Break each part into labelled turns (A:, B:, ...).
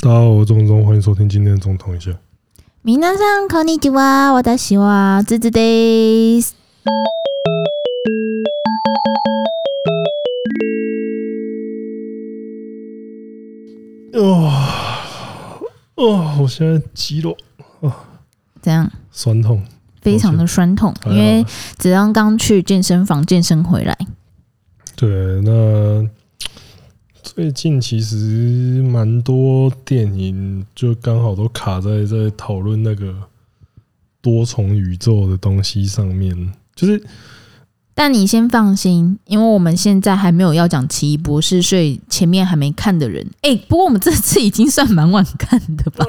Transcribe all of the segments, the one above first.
A: 大家好，我是钟钟，欢迎收听今天的中堂一下。
B: 皆さんこんにちは。私はズズです。
A: 哇、哦，我现在肌肉
B: 这样
A: 酸痛，
B: 非常的酸痛，
A: 还
B: 因
A: 好
B: 为子昂刚去健身房健身回来，
A: 对，那最近其实蛮多电影就刚好都卡在在讨论那个多重宇宙的东西上面，就是
B: 但你先放心，因为我们现在还没有要讲奇异博士，所以前面还没看的人，哎、不过我们这次已经算蛮晚看 的吧，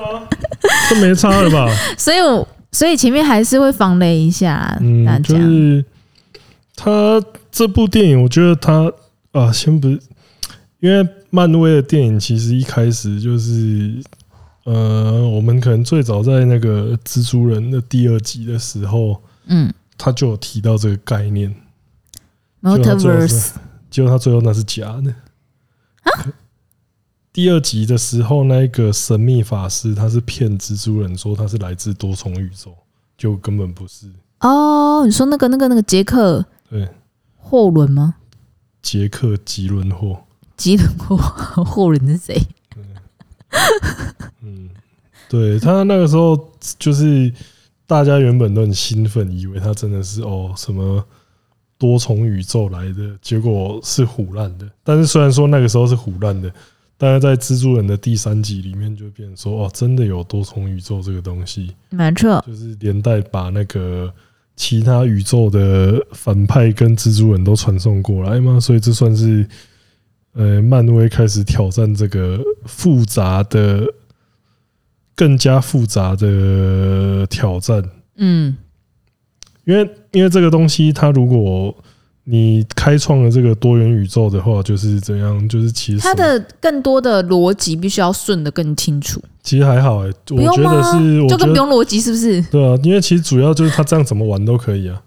A: 这没差了吧？
B: 所以我所以前面还是会防雷一下、大
A: 嗯，就
B: 家。
A: 是他这部电影，我觉得他啊，先不，因为漫威的电影其实一开始就是，呃，我们可能最早在那个蜘蛛人的第二集的时候，
B: 嗯
A: 他就有提到这个概念，就他最后
B: ，Multiverse
A: 是结果他最后那是假的。
B: 啊
A: 第二集的时候，那个神秘法师他是骗蜘蛛人说他是来自多重宇宙，就根本不是。
B: 哦，你说那个那个那个杰克
A: 对，
B: 霍伦吗？
A: 杰克吉伦霍，
B: 吉伦霍霍 伦是谁？
A: 嗯，对他那个时候就是大家原本都很兴奋，以为他真的是哦什么多重宇宙来的，结果是虎烂的。但是虽然说那个时候是虎烂的，但是在蜘蛛人的第三集里面就变成说哦，真的有多重宇宙这个东西，
B: 没错，
A: 就是连带把那个。其他宇宙的反派跟蜘蛛人都传送过来嘛，所以这算是呃，漫威开始挑战这个复杂的、更加复杂的挑战，
B: 嗯。
A: 因为因为这个东西，它如果你开创了这个多元宇宙的话，就是怎样？就是其实
B: 它的更多的逻辑必须要顺的更清楚，
A: 其实还好、欸，
B: 不
A: 我
B: 用
A: 觉
B: 吗
A: 得？是，我
B: 就
A: 觉
B: 更不
A: 得
B: 用逻辑，是不是？
A: 对啊，因为其实主要就是它这样怎么玩都可以啊，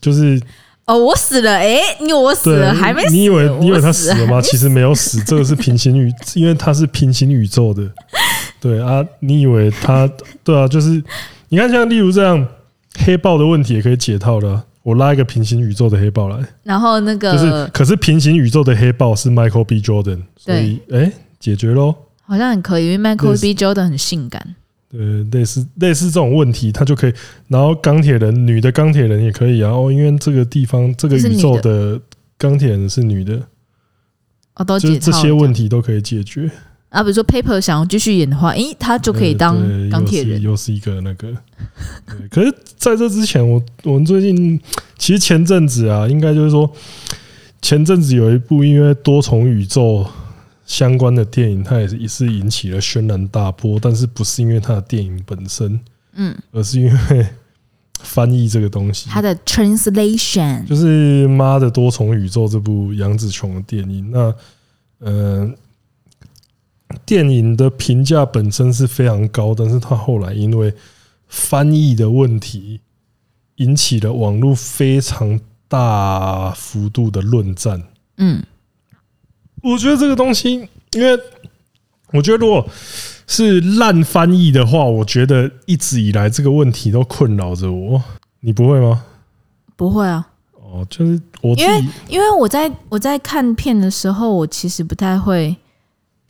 A: 就是
B: 哦，我死了，哎、你我死
A: 对
B: 了，还没死，
A: 你以为你以为他死了
B: 我
A: 吗？其实没有死，这个是平行宇，因为他是平行宇宙的。对啊，你以为他对啊？就是你看，像例如这样黑豹的问题也可以解套的啊、我拉一个平行宇宙的黑豹来，
B: 然后那个、
A: 就是可是平行宇宙的黑豹是 Michael B. Jordan，所以哎、诶解决喽。
B: 好像很可以，因为 Michael
A: 类似
B: B. Jordan 很性感，
A: 呃，类似类似这种问题，他就可以。然后钢铁人，女的钢铁人也可以啊。哦，因为这个地方这个
B: 是
A: 宇
B: 女的
A: 宙的钢铁人是女的，
B: 哦，都
A: 就是
B: 解
A: 这
B: 套了
A: 些问题都可以解决。
B: 啊，比如说 Paper 想要继续演的话，诶、他就可以当
A: 对对
B: 钢铁人，
A: 又是，又是一个那个。对，可是在这之前，我我们最近其实前阵子啊，应该就是说前阵子有一部因为多重宇宙相关的电影，它也是也是引起了轩然大波，但是不是因为它的电影本身，
B: 嗯，
A: 而是因为 翻译这个东西。
B: 他的 translation
A: 就是《妈的多重宇宙》这部杨紫琼的电影。那，嗯、电影的评价本身是非常高，但是它后来因为翻译的问题，引起了网络非常大幅度的论战。
B: 嗯，
A: 我觉得这个东西，因为我觉得如果是烂翻译的话，我觉得一直以来这个问题都困扰着我。你不会吗？
B: 不会啊，
A: 哦，就是我自
B: 因为
A: 己
B: 因为我在我在看片的时候，我其实不太会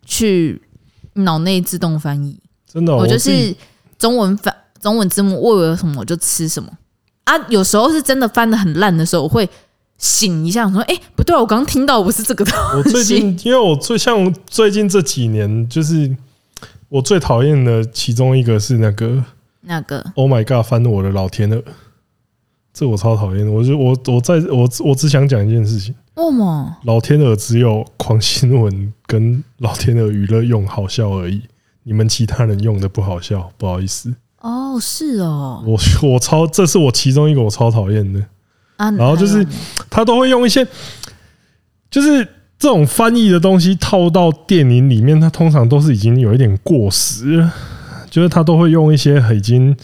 B: 去脑内自动翻译，
A: 真的哦、
B: 我就
A: 自己
B: 是中文翻中文字幕，我以为有什么我就吃什么啊。有时候是真的翻的很烂的时候，我会醒一下，想说哎、诶不对啊，我刚刚听到不是这个东
A: 我最近，因为我最像最近这几年，就是我最讨厌的其中一个是那个
B: 那个
A: “Oh my God”，翻我的老天鹅，这我超讨厌的。我就我我在我我只想讲一件事情：
B: 哦么
A: 老天鹅只有狂新闻跟老天鹅娱乐用好笑而已，你们其他人用的不好笑，不好意思。
B: 哦是哦
A: 我我超这是我其中一个我超讨厌的。
B: 啊，
A: 然后就是
B: 还有呢
A: 他都会用一些，就是这种翻译的东西套到电影里面，它通常都是已经有一点过时了，就是他都会用一些已经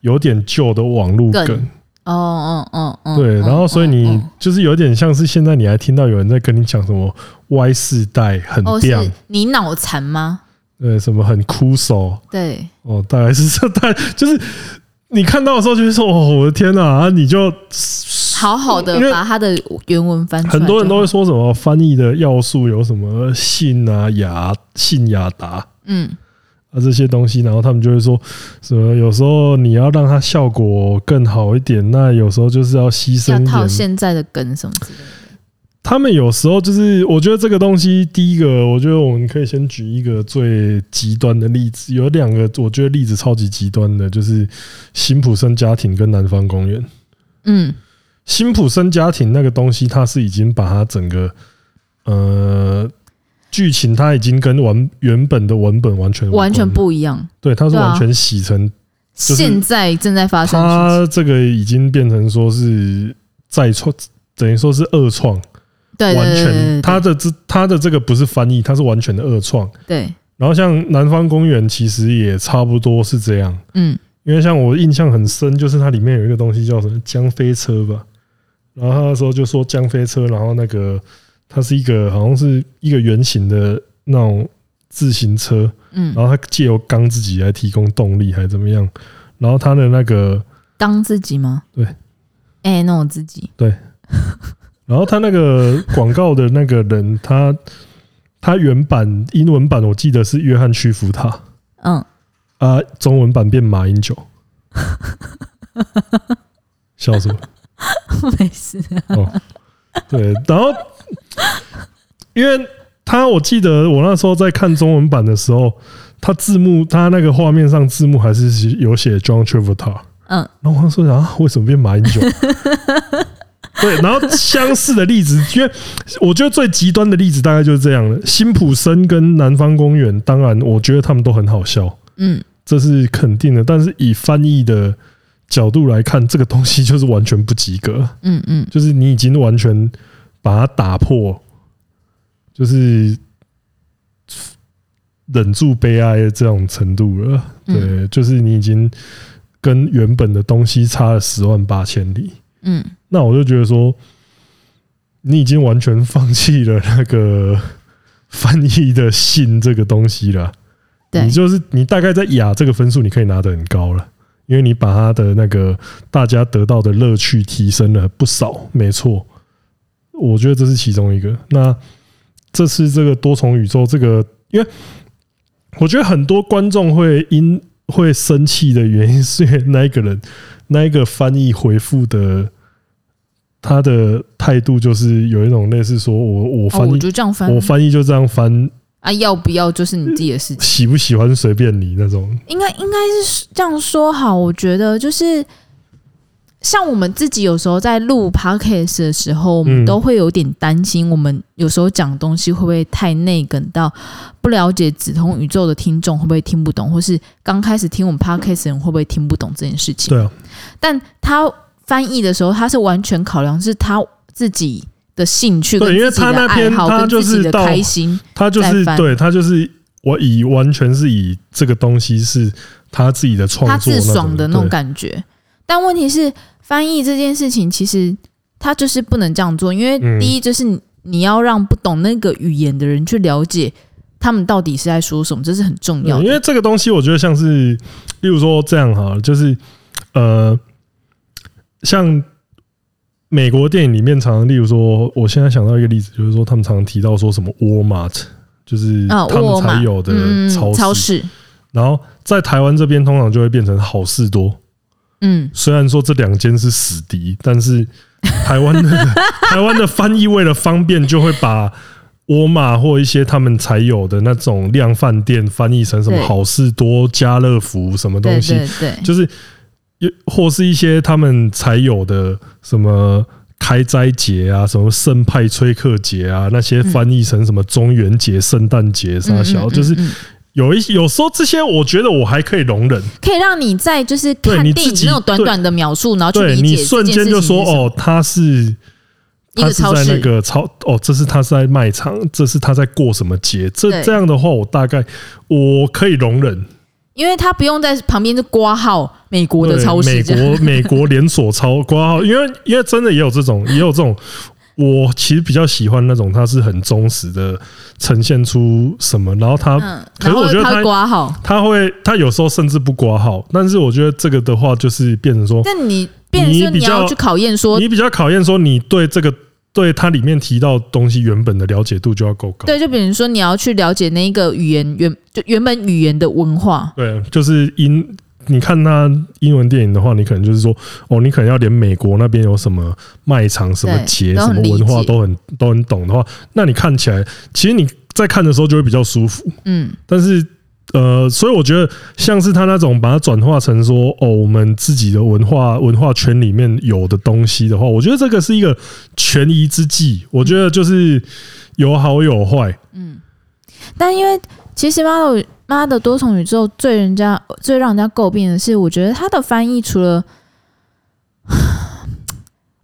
A: 有点旧的网络梗
B: 梗，哦哦哦哦，
A: 对，
B: 嗯
A: 然后所以
B: 嗯
A: 你
B: 嗯
A: 就是有点像是现在你还听到有人在跟你讲什么 Y 世代很
B: 哦
A: 亮
B: 是，你脑残吗？
A: 呃，什么很枯手
B: 对，
A: 哦，大概是这，大就是你看到的时候就会说，哦，我的天哪、啊，你就
B: 好好的
A: 因为
B: 把它的原文翻出来就好。
A: 很多人都会说什么翻译的要素有什么信啊、雅信雅达啊
B: 嗯，
A: 这些东西，然后他们就会说什么有时候你要让它效果更好一点，那有时候就是要牺牲
B: 要
A: 一
B: 套
A: 点
B: 现在的梗什么之类的。
A: 他们有时候就是，我觉得这个东西，第一个，我觉得我们可以先举一个最极端的例子，有两个我觉得例子超级极端的，就是辛普森家庭跟南方公园。
B: 嗯，
A: 辛普森家庭那个东西，它是已经把它整个呃剧情，它已经跟完原本的文本完全无关
B: 完全，不一样。
A: 对，它是
B: 对啊啊
A: 完全洗成，是
B: 现在正在发生的事
A: 它
B: 情，
A: 这个已经变成说是再创，等于说是二创。
B: 对对
A: 完
B: 对
A: 全
B: 对
A: 他
B: 对
A: 的这他的这个不是翻译，它是完全的恶创。
B: 对，
A: 然后像南方公园其实也差不多是这样，
B: 嗯，
A: 因为像我印象很深，就是它里面有一个东西叫什么江飞车吧，然后他那时候就说江飞车，然后那个它是一个好像是一个圆形的那种自行车，
B: 嗯，
A: 然后它借由钢自己来提供动力还是怎么样，然后它的那个
B: 当自己吗？
A: 对，
B: 哎，那我自己，
A: 然后他那个广告的那个人，他他原版英文版我记得是约翰屈服他
B: 嗯，
A: 啊，中文版变马英九，笑什么？
B: 没事，
A: 哦，对，然后因为他我记得我那时候在看中文版的时候，他字幕他那个画面上字幕还是有写 John Travolta，
B: 嗯，
A: 然后我说啊，为什么变马英九？ 对，然后相似的例子，因为我觉得最极端的例子大概就是这样了。辛普森跟南方公园，当然我觉得他们都很好笑，
B: 嗯，
A: 这是肯定的。但是以翻译的角度来看，这个东西就是完全不及格，
B: 嗯嗯，
A: 就是你已经完全把它打破，就是忍住悲哀的这种程度了。
B: 嗯
A: 对，就是你已经跟原本的东西差了十万八千里。
B: 嗯，
A: 那我就觉得说，你已经完全放弃了那个翻译的信这个东西了。
B: 对
A: 你，就是你大概在雅这个分数，你可以拿得很高了，因为你把他的那个大家得到的乐趣提升了不少，没错。我觉得这是其中一个。那这次这个多重宇宙，这个因为我觉得很多观众会因会生气的原因，是因为那一个人 那一个翻译回复的。他的态度就是有一种类似说我，我
B: 哦，
A: 翻
B: 我
A: 译、
B: 就这样翻
A: 我翻译就这样翻，
B: 啊，要不要就是你自己的事情。
A: 喜不喜欢随便你那种。
B: 应该应该是这样说好，我觉得就是像我们自己有时候在录 podcast 的时候，我
A: 嗯
B: 们都会有点担心，我们有时候讲东西会不会太内梗到不了解紫瞳宇宙的听众会不会听不懂，或是刚开始听我们 podcast 的人会不会听不懂这件事情。
A: 对啊，
B: 但他翻译的时候，他是完全考量是他自己的兴趣跟
A: 对因为
B: 自己
A: 他
B: 的
A: 那
B: 爱
A: 篇
B: 好
A: 他
B: 跟
A: 就
B: 自己
A: 是
B: 的
A: 到
B: 开心，
A: 他就
B: 再
A: 是
B: 翻
A: 对他就是我以完全是以这个东西是他自己的创
B: 他
A: 作
B: 自爽的那种
A: 对
B: 感觉。但问题是，翻译这件事情其实他就是不能这样做，因为
A: 嗯
B: 第一就是你你要让不懂那个语言的人去了解他们到底是在说什么，这是很重要
A: 嗯因
B: 的。
A: 为这个东西我觉得像是，例如说这样哈，就是呃，像美国电影里面常常，例如说，我现在想到一个例子，就是说他们常常提到说什么 Walmart，就是
B: 啊，
A: 他们
B: 沃尔玛
A: 才有的
B: 嗯
A: 超市，
B: 超市，
A: 然后在台湾这边通常就会变成好事多，
B: 嗯，
A: 虽然说这两间是死敌，但是 台湾的 台湾的翻译为了方便，就会把沃尔玛或一些他们才有的那种量贩店翻译成什么
B: 对
A: 好事多、家乐福什么
B: 对
A: 东西，
B: 对对，
A: 就是又或是一些他们才有的什么。开斋节啊，什么圣派崔克节啊，那些翻译成什么中元节、圣诞节啥
B: 嗯
A: 小，
B: 嗯
A: 就是
B: 嗯嗯
A: 有一有时候这些，我觉得我还可以容忍，
B: 可以让你在就是
A: 对
B: 看
A: 你
B: 电
A: 自
B: 影
A: 己
B: 那种短短的描述，啊然后去
A: 对
B: 理
A: 你
B: 解这
A: 瞬
B: 件
A: 间
B: 事
A: 就
B: 情是
A: 说
B: 什么
A: 哦，他是
B: 一
A: 他
B: 个
A: 是
B: 超
A: 在那
B: 市，
A: 个超哦，这是他是在卖场，这是他在过什么节？这
B: 对
A: 这样的话，我大概我可以容忍。
B: 因为他不用在旁边就挂号美国的
A: 对
B: 超市
A: 美
B: 这样，
A: 国美国连锁超挂号，因为因为真的也有这种，也有这种我其实比较喜欢那种，它是很忠实的呈现出什么，然后它
B: 嗯，
A: 可是
B: 然后
A: 我觉得
B: 他
A: 他哦
B: 会挂号，
A: 它会它有时候甚至不挂号，但是我觉得这个的话就是变成说，
B: 但你变成
A: 你
B: 说
A: 比
B: 你要
A: 较
B: 去考验说，
A: 你比较考验说你对这个对它里面提到的东西原本的了解度就要够高。
B: 对，就比如说你要去了解那一个语言原就原本语言的文化，
A: 对，就是英，你看他英文电影的话，你可能就是说，哦，你可能要连美国那边有什么卖场、什么
B: 对
A: 节、
B: 都
A: 什
B: 很
A: 么文
B: 理
A: 化
B: 解
A: 都很都很懂的话，那你看起来，其实你在看的时候就会比较舒服。
B: 嗯，
A: 但是，呃，所以我觉得像是他那种把它转化成说，哦，我们自己的文化文化圈里面有的东西的话，我觉得这个是一个权宜之计。我觉得就是有好有坏，
B: 但因为其实妈的妈的多重宇宙最人家最让人家诟病的是，我觉得它的翻译除了，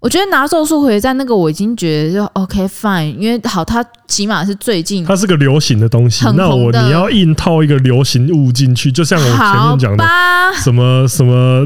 B: 我觉得拿咒术回战那个我已经觉得就 OK fine，因为好，它起码是最近
A: 它是个流行的东西
B: 很。
A: 那
B: 红
A: 我
B: 的
A: 你要硬套一个流行物进去，就像我前
B: 好
A: 面讲的，
B: 吧，
A: 什么什么，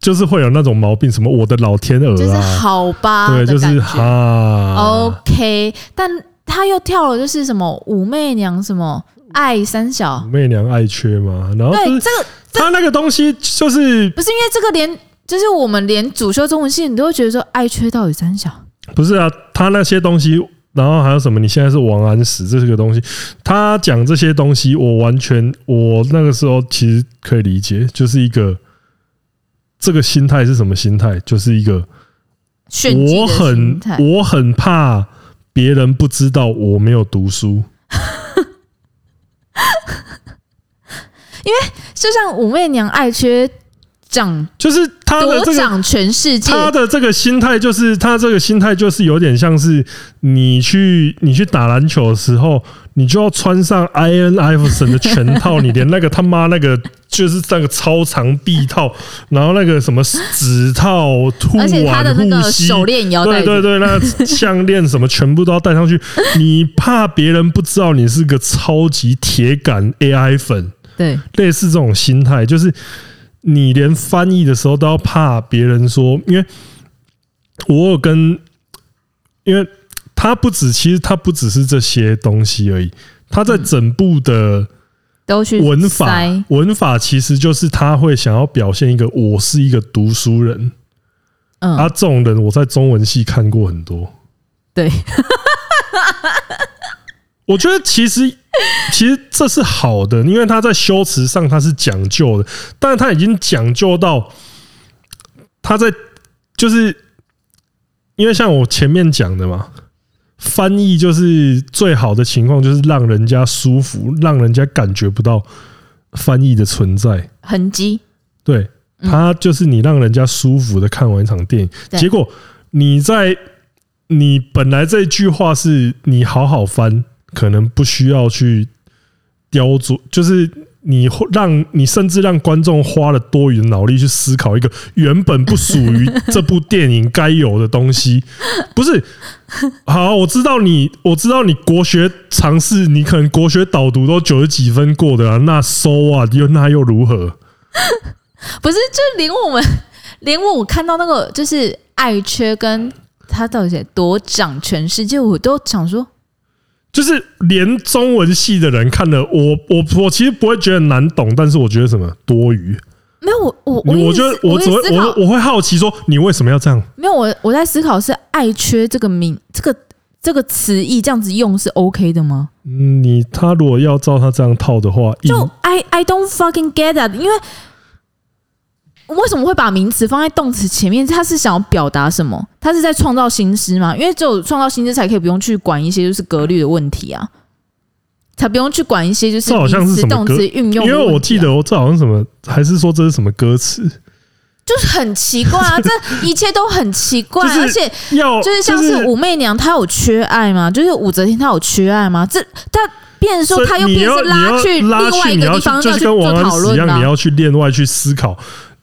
A: 就是会有那种毛病，什么我的老天
B: 就是
A: 鹅啊，
B: 好吧
A: 对，
B: 的
A: 就
B: 感觉。哦
A: 是哈，
B: OK，但他又跳了，就是什么武媚娘，什么爱三小
A: 武，媚娘爱缺嘛，然后
B: 对，
A: 就是
B: 这个
A: 他那个东西就是
B: 不是因为这个连，就是我们连主修中文系，你都会觉得说爱缺到底三小，
A: 不是啊，他那些东西，然后还有什么？你现在是王安石，这是个东西。他讲这些东西，我完全，我那个时候其实可以理解，就是一个这个心态是什么心态？就是一个
B: 炫技
A: 我
B: 的
A: 很
B: 心态。
A: 我很怕别人不知道我没有读书，
B: 就像武媚娘爱缺掌
A: 就是他的
B: 夺
A: 这个。
B: 掌全世界，
A: 他的这个心态就是，他这个心态就是有点像是你去你去打篮球的时候，你就要穿上 i n Iverson 的全套，你连那个他妈那个就是那个超长臂套，然后那个什么指套、护
B: 而且他的
A: 腕、
B: 那
A: 护
B: 个
A: 膝。
B: 手链也要戴
A: 对
B: 着
A: 对对，那项链什么全部都要戴上去，你怕别人不知道你是个超级铁杆 AI 粉，
B: 对
A: 类似这种心态，就是你连翻译的时候都要怕别人说，因为我有跟，因为他不止，其实他不只是这些东西而已，他在整部的
B: 都去
A: 文法
B: 嗯塞，
A: 文法其实就是他会想要表现一个我是一个读书人，
B: 嗯，
A: 啊，这种人我在中文系看过很多，
B: 对，
A: 我觉得其实 其实这是好的，因为他在修辞上他是讲究的，但是他已经讲究到他在就是因为像我前面讲的嘛，翻译就是最好的情况就是让人家舒服，让人家感觉不到翻译的存在。
B: 痕迹，
A: 对，
B: 嗯
A: 它就是你让人家舒服的看完一场电影，
B: 对
A: 结果你在你本来这句话是你好好翻，可能不需要去雕琢，就是你会让你甚至让观众花了多余的脑力去思考一个原本不属于这部电影该有的东西， 不是。好，我知道你，我知道你国学尝试，你可能国学导读都九十几分过的啊，那 so 啊，又那又如何？
B: 不是，就连我们， 连我看到那个就是爱缺跟他到底写夺掌全世界，我都想说，
A: 就是连中文系的人看了我，我我其实不会觉得难懂，但是我觉得什么多余。
B: 没有我我
A: 你
B: 一
A: 我
B: 直
A: 觉得
B: 思
A: 我
B: 一
A: 只会
B: 直思
A: 我
B: 考
A: 我会好奇说你为什么要这样？
B: 没有我我在思考是爱缺这个名这个这个词义这样子用是 OK 的吗？
A: 嗯，你他如果要照他这样套的话，
B: 就
A: 硬
B: I I don't fucking get that，因为为什么会把名词放在动词前面？他是想要表达什么？他是在创造新诗吗？因为只有创造新诗才可以不用去管一些就是格律的问题啊，才不用去管一些就是
A: 这好像
B: 名
A: 是
B: 词
A: 什么
B: 动
A: 格
B: 词运用的问题啊、
A: 因为我记得我这好像什么，还是说这是什么歌词？
B: 就是很奇怪 啊，这一切都很奇怪，啊
A: 就是哦
B: 而且
A: 要
B: 就是像是武媚娘，她有缺爱吗？就是武则天，她有缺爱吗？这她变成说，她又
A: 你
B: 变
A: 要
B: 成
A: 你
B: 拉
A: 要
B: 去另
A: 拉
B: 外
A: 去
B: 一
A: 你
B: 个
A: 要
B: 地
A: 去
B: 方，
A: 就
B: 要
A: 是
B: 去
A: 跟
B: 做
A: 王安
B: 讨
A: 石一
B: 论
A: 样，你
B: 啊。
A: 要去另外去思考。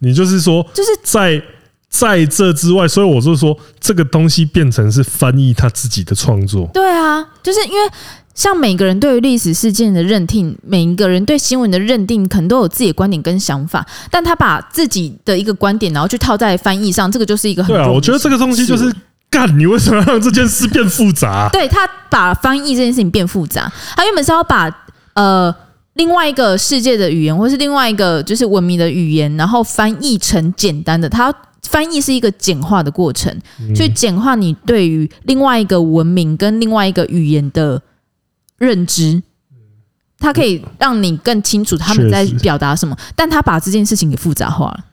A: 你就是说
B: 就是
A: 在在这之外，所以我就说这个东西变成是翻译他自己的创作。
B: 对啊，就是因为像每个人对于历史事件的认定，每一个人对新闻的认定，可能都有自己的观点跟想法，但他把自己的一个观点，然后去套在翻译上，这个就是一个很
A: 对啊，
B: 弱
A: 我觉得
B: 的
A: 这个东西就是干，你为什么要让这件事变复杂、
B: 对他把翻译这件事情变复杂，他原本是要把呃另外一个世界的语言，或是另外一个就是文明的语言，然后翻译成简单的，他翻译是一个简化的过程，
A: 嗯
B: 去简化你对于另外一个文明跟另外一个语言的认知。它可以让你更清楚他们在
A: 确实
B: 表达什么，但他把这件事情给复杂化了，
A: 嗯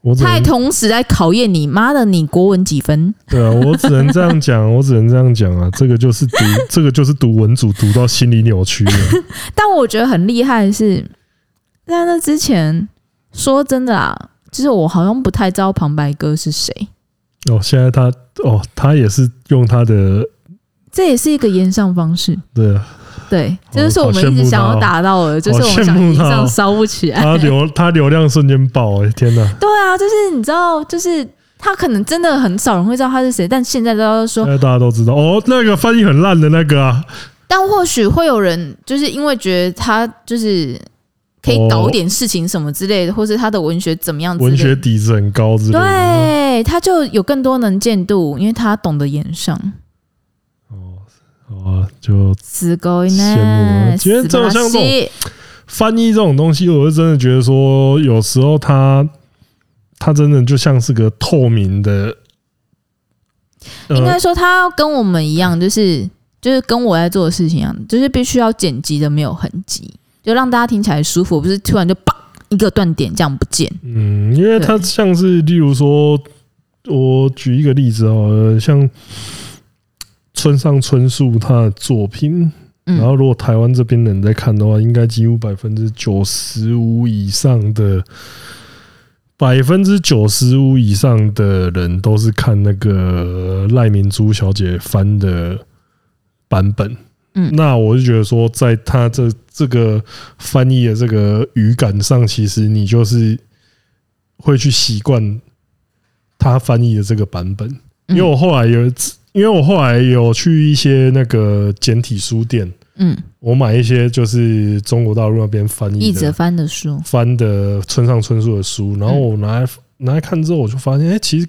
A: 我只
B: 他还
A: 能
B: 同时在考验你妈的你国文几分。
A: 对啊，我只能这样讲，我只能这样讲啊，这个就是读，这个就是读文组读到心理扭曲了。
B: 但我觉得很厉害的是，在那之前，说真的啊，就是我好像不太知道旁白哥是谁，
A: 哦，现在他哦，他也是用他的
B: 这也是一个演上方式。
A: 对啊，
B: 对，
A: 哦
B: 这就是我们一直想要达到的，就是我们想演上烧不起来。
A: 他流他流量瞬间爆哎、天哪！
B: 对啊，就是你知道，就是他可能真的很少人会知道他是谁，但现在大家都
A: 现
B: 说，
A: 在大家都知道哦，那个翻译很烂的那个啊，
B: 但或许会有人就是因为觉得他就是。可以搞点事情什么之类的，或是他的文学怎么样之类
A: 文
B: 哦的？
A: 学底子很高之类的。
B: 对，他就有更多能见度，因为他懂得演上。
A: 哦，好啊，就
B: すごい
A: 羡慕
B: ね
A: 啊。觉得这种像这种
B: 素晴らしい
A: 翻译这种东西，我是真的觉得说，有时候它它真的就像是个透明的，呃
B: 应该说他要跟我们一样，就是就是跟我在做的事情一样，就是必须要剪辑的没有痕迹，就让大家听起来舒服，不是突然就啪一个断点这样不见。
A: 嗯，因为它
B: 对
A: 像是例如说，我举一个例子哦，像村上春树他的作品，然后
B: 嗯
A: 如果台湾这边人在看的话，应该几乎百分之九十五以上的。百分之九十五以上的人都是看那个赖明珠小姐翻的版本，
B: 嗯
A: 那我就觉得说，在他这这个翻译的这个语感上，其实你就是会去习惯他翻译的这个版本。
B: 嗯
A: 因为我后来有，因为我后来有去一些那个简体书店，
B: 嗯，
A: 我买一些就是中国大陆那边翻
B: 译
A: 译
B: 者
A: 的
B: 翻的书，
A: 翻的村上春树的书，然后我拿来拿来看之后，我就发现，哎、其实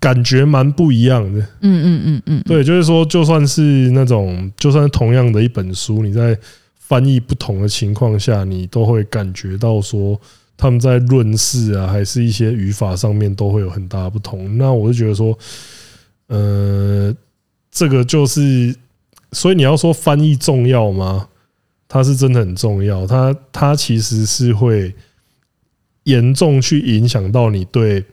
A: 感觉蛮不一样的。
B: 嗯嗯嗯嗯，嗯，
A: 对，就是说，就算是那种，就算是同样的一本书，你在翻译不同的情况下，你都会感觉到说，他们在论事啊，还是一些语法上面都会有很大的不同。那我就觉得说，呃，这个就是，所以你要说翻译重要吗？它是真的很重要，它它其实是会严重去影响到你对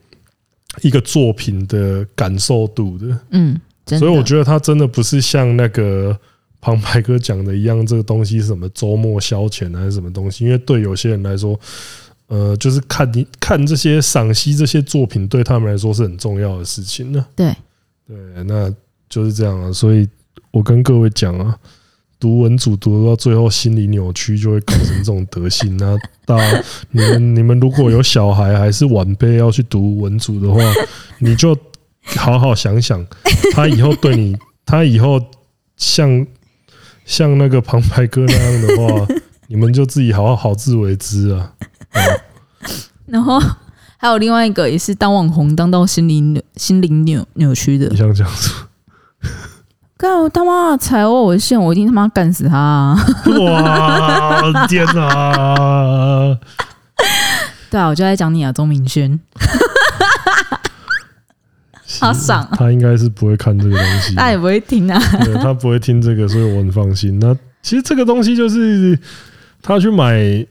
A: 一个作品的感受度的。
B: 嗯，真的。
A: 所以我觉得它真的不是像那个旁白哥讲的一样，这个东西是什么周末消遣还是什么东西？因为对有些人来说，呃，就是看你看这些赏析这些作品，对他们来说是很重要的事情呢、
B: 对
A: 对，那就是这样啊。所以我跟各位讲啊，读文组读到最后心理扭曲，就会搞成这种德性。那大家你们你们如果有小孩还是晚辈要去读文组的话，你就好好想想，他以后对你，他以后像像那个旁白哥那样的话，你们就自己好好好自为之啊。
B: 然后还有另外一个也是当网红当到心灵扭心灵扭扭曲的
A: 你，想讲什么？
B: 干我他妈踩我我的线，我一定他妈干死他、啊。
A: 哇，天哪、
B: 对啊，我就在讲你啊，钟明轩，好爽啊
A: 他应该是不会看这个东 西，
B: 大家也不会听啊。
A: 对他不会听这个，所以我很放心。那其实这个东西就是他去买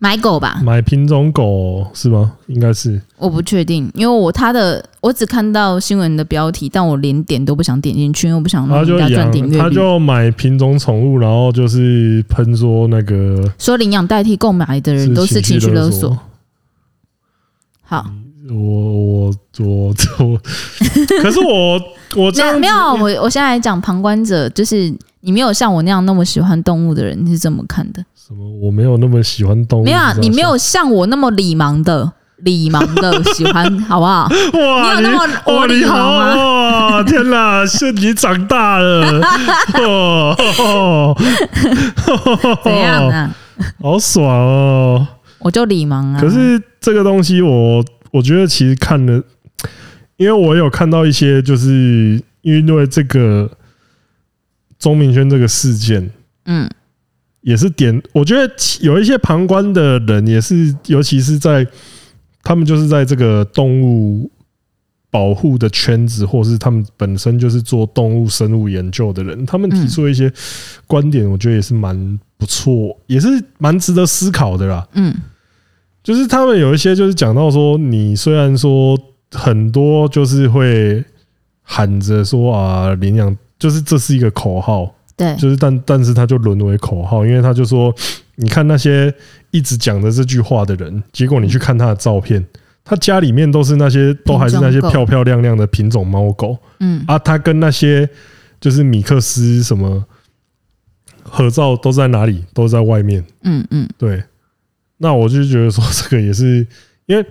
B: 买狗吧，
A: 买品种狗是吗？应该是
B: 我不确定，因为我他的我只看到新闻的标题，但我连点都不想点进去，因为我不想让
A: 他就
B: 人家嗯赚
A: 养
B: 点阅
A: 他
B: 率。
A: 就买品种宠物，然后就是喷说那个
B: 说领养代替购买的人都是情
A: 绪
B: 绪勒
A: 索
B: 索。。好，
A: 我我我我， 可是我我这
B: 那
A: 样
B: 没有，我我现在来讲旁观者，就是你没有像我那样那么喜欢动物的人，你是怎么看的？
A: 什么？我没有那么喜欢动物，
B: 没有啊，
A: 是这样
B: 你没有像我那么理 盲的，理盲的喜欢，好不好？
A: 想哇，
B: 你有那么
A: 哇，
B: 我理
A: 你
B: 盲
A: 好哦
B: 吗
A: 哇！天哪，是你长大了，哦，哦
B: 怎样啊？
A: 好爽哦！
B: 我就理盲啊。
A: 可是这个东西我，我觉得其实看了，因为我有看到一些，就是因为这个钟明轩这个事件，
B: 嗯，
A: 也是点，我觉得有一些旁观的人也是，尤其是在他们就是在这个动物保护的圈子，或是他们本身就是做动物生物研究的人，他们提出一些观点，我觉得也是蛮不错，也是蛮值得思考的啦。
B: 嗯
A: 就是他们有一些就是讲到说，你虽然说很多就是会喊着说啊，领养就是这是一个口号，
B: 对，
A: 就是但但是他就沦为口号，因为他就说，你看那些一直讲着这句话的人，结果你去看他的照片，他家里面都是那些都还是那些
B: 品种狗
A: 漂漂亮亮的品种猫狗
B: 嗯
A: 啊，他跟那些就是米克斯什么合照都在哪里？都在外面。
B: 嗯嗯
A: 对，那我就觉得说 这个也是因为，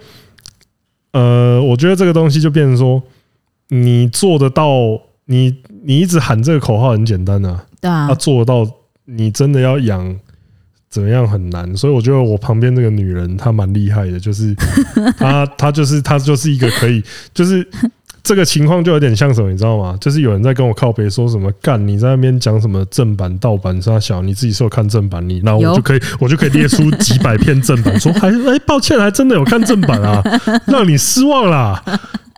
A: 呃，我觉得这个东西就变成说，你做得到，你你一直喊这个口号很简单啊，
B: 对啊
A: 啊，，做得到，你真的要养怎么样很难。所以我觉得我旁边这个女人她蛮厉害的，就是她她就是她就是一个可以，就是这个情况就有点像什么，你知道吗？就是有人在跟我靠背说什么干，你在那边讲什么正版盗版啥小，你自己是有看正版你，然后我
B: 有
A: 就可以我就可以列出几百片正版，说 还哎抱歉，还真的有看正版啊， 让你失望啦。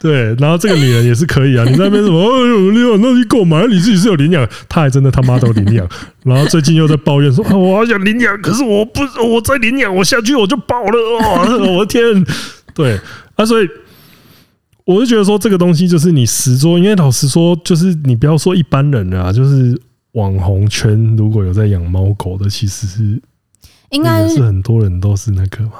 A: 对，然后这个女人也是可以啊，你在那边什么，哎呦，领养那你购买，你自己是有领养，她还真的他妈都领养，然后最近又在抱怨说，啊、我好想领养，可是我不，我在领养，我下去我就爆了，哦，我的天，对，啊，所以我就觉得说这个东西就是你实做，因为老实说，就是你不要说一般人啊，就是网红圈如果有在养猫狗的，其实是
B: 应该
A: 也是很多人都是那个嘛，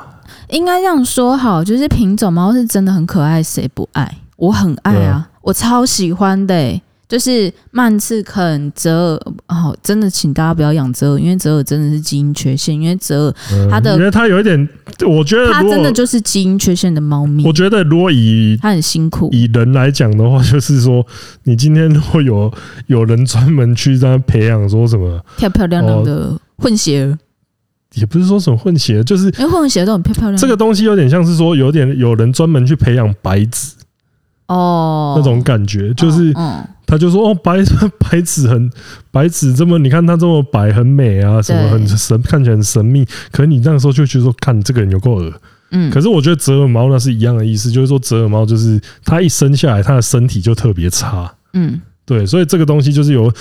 B: 应该这样说好，就是品种猫是真的很可爱，谁不爱？我很爱
A: 对
B: 啊，
A: 啊
B: 我超喜欢的、欸，就是曼赤肯、折耳哦，真的，请大家不要养折耳，因为折耳真的是基因缺陷，因为折耳
A: 嗯
B: 它的
A: 因为它有一点，我觉得
B: 它
A: 如
B: 真
A: 果
B: 的就是基因缺陷的猫咪
A: 我，觉得如果以
B: 它很辛苦。
A: 以人来讲的话，就是说，你今天如果有有人专门去在那培养，说什么，
B: 漂漂亮亮的
A: 哦
B: 混血儿，
A: 也不是说什么混血，就是
B: 因为混血儿都很漂漂亮亮。
A: 这个东西有点像是说，有点有人专门去培养白子
B: 哦，
A: 那种感觉，就是
B: 嗯，
A: 他就说哦，白 白子很白子这么，你看他这么白，很美啊，什么
B: 对
A: 很神，看起来很神秘。可是你那个时候就觉得说，看这个人有够恶
B: 嗯，
A: 可是我觉得折耳猫那是一样的意思，就是说折耳猫就是它一生下来，它的身体就特别差。
B: 嗯，
A: 对，所以这个东西就是有，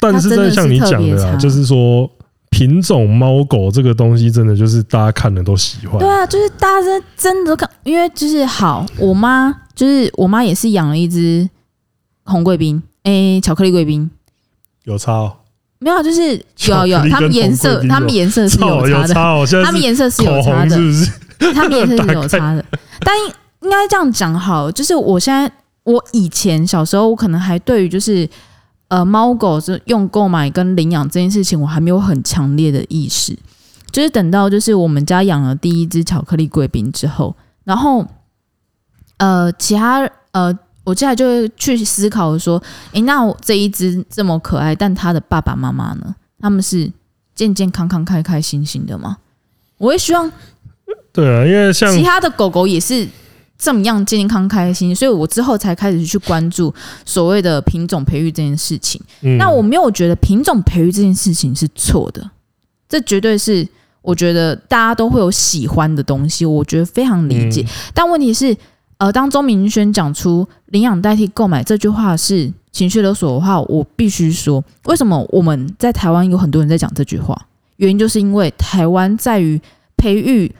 A: 但是真的像你讲
B: 它真
A: 的
B: 的是特别
A: 啊，
B: 差
A: 就是说品种猫狗这个东西，真的就是大家看了都喜欢。
B: 对啊，就是大家真真的都看，因为就是好，我妈就是我妈也是养了一只红贵宾，诶、巧克力贵宾，
A: 有差哦，
B: 没有啊，就是
A: 巧克
B: 有
A: 力
B: 有，
A: 跟
B: 他们颜
A: 红贵
B: 色，
A: 宾有
B: 他们颜色是
A: 操，有
B: 差的，
A: 差哦，现在
B: 他们
A: 是
B: 颜色是
A: 口
B: 有差
A: 红
B: 的
A: 是，不是？
B: 他们颜色是有差的，但应应该这样讲好，就是我现在我以前小时候，我可能还对于就是呃猫狗是用购买跟领养这件事情，我还没有很强烈的意识。就是等到就是我们家养了第一只巧克力贵宾之后，然后呃其他呃。我接下来就会去思考说，诶、那我这一只这么可爱，但它的爸爸妈妈呢？他们是健健康康、开开心心的吗？我也希望
A: 对啊，因为像
B: 其他的狗狗也是这么样健健康开心，所以我之后才开始去关注所谓的品种培育这件事情。
A: 嗯
B: 那我没有觉得品种培育这件事情是错的，这绝对是我觉得大家都会有喜欢的东西，我觉得非常理
A: 嗯
B: 解。但问题是，呃，当钟明轩讲出“领养代替购买”这句话是情绪勒索的话，我必须说，为什么我们在台湾有很多人在讲这句话？原因就是因为台湾在于培育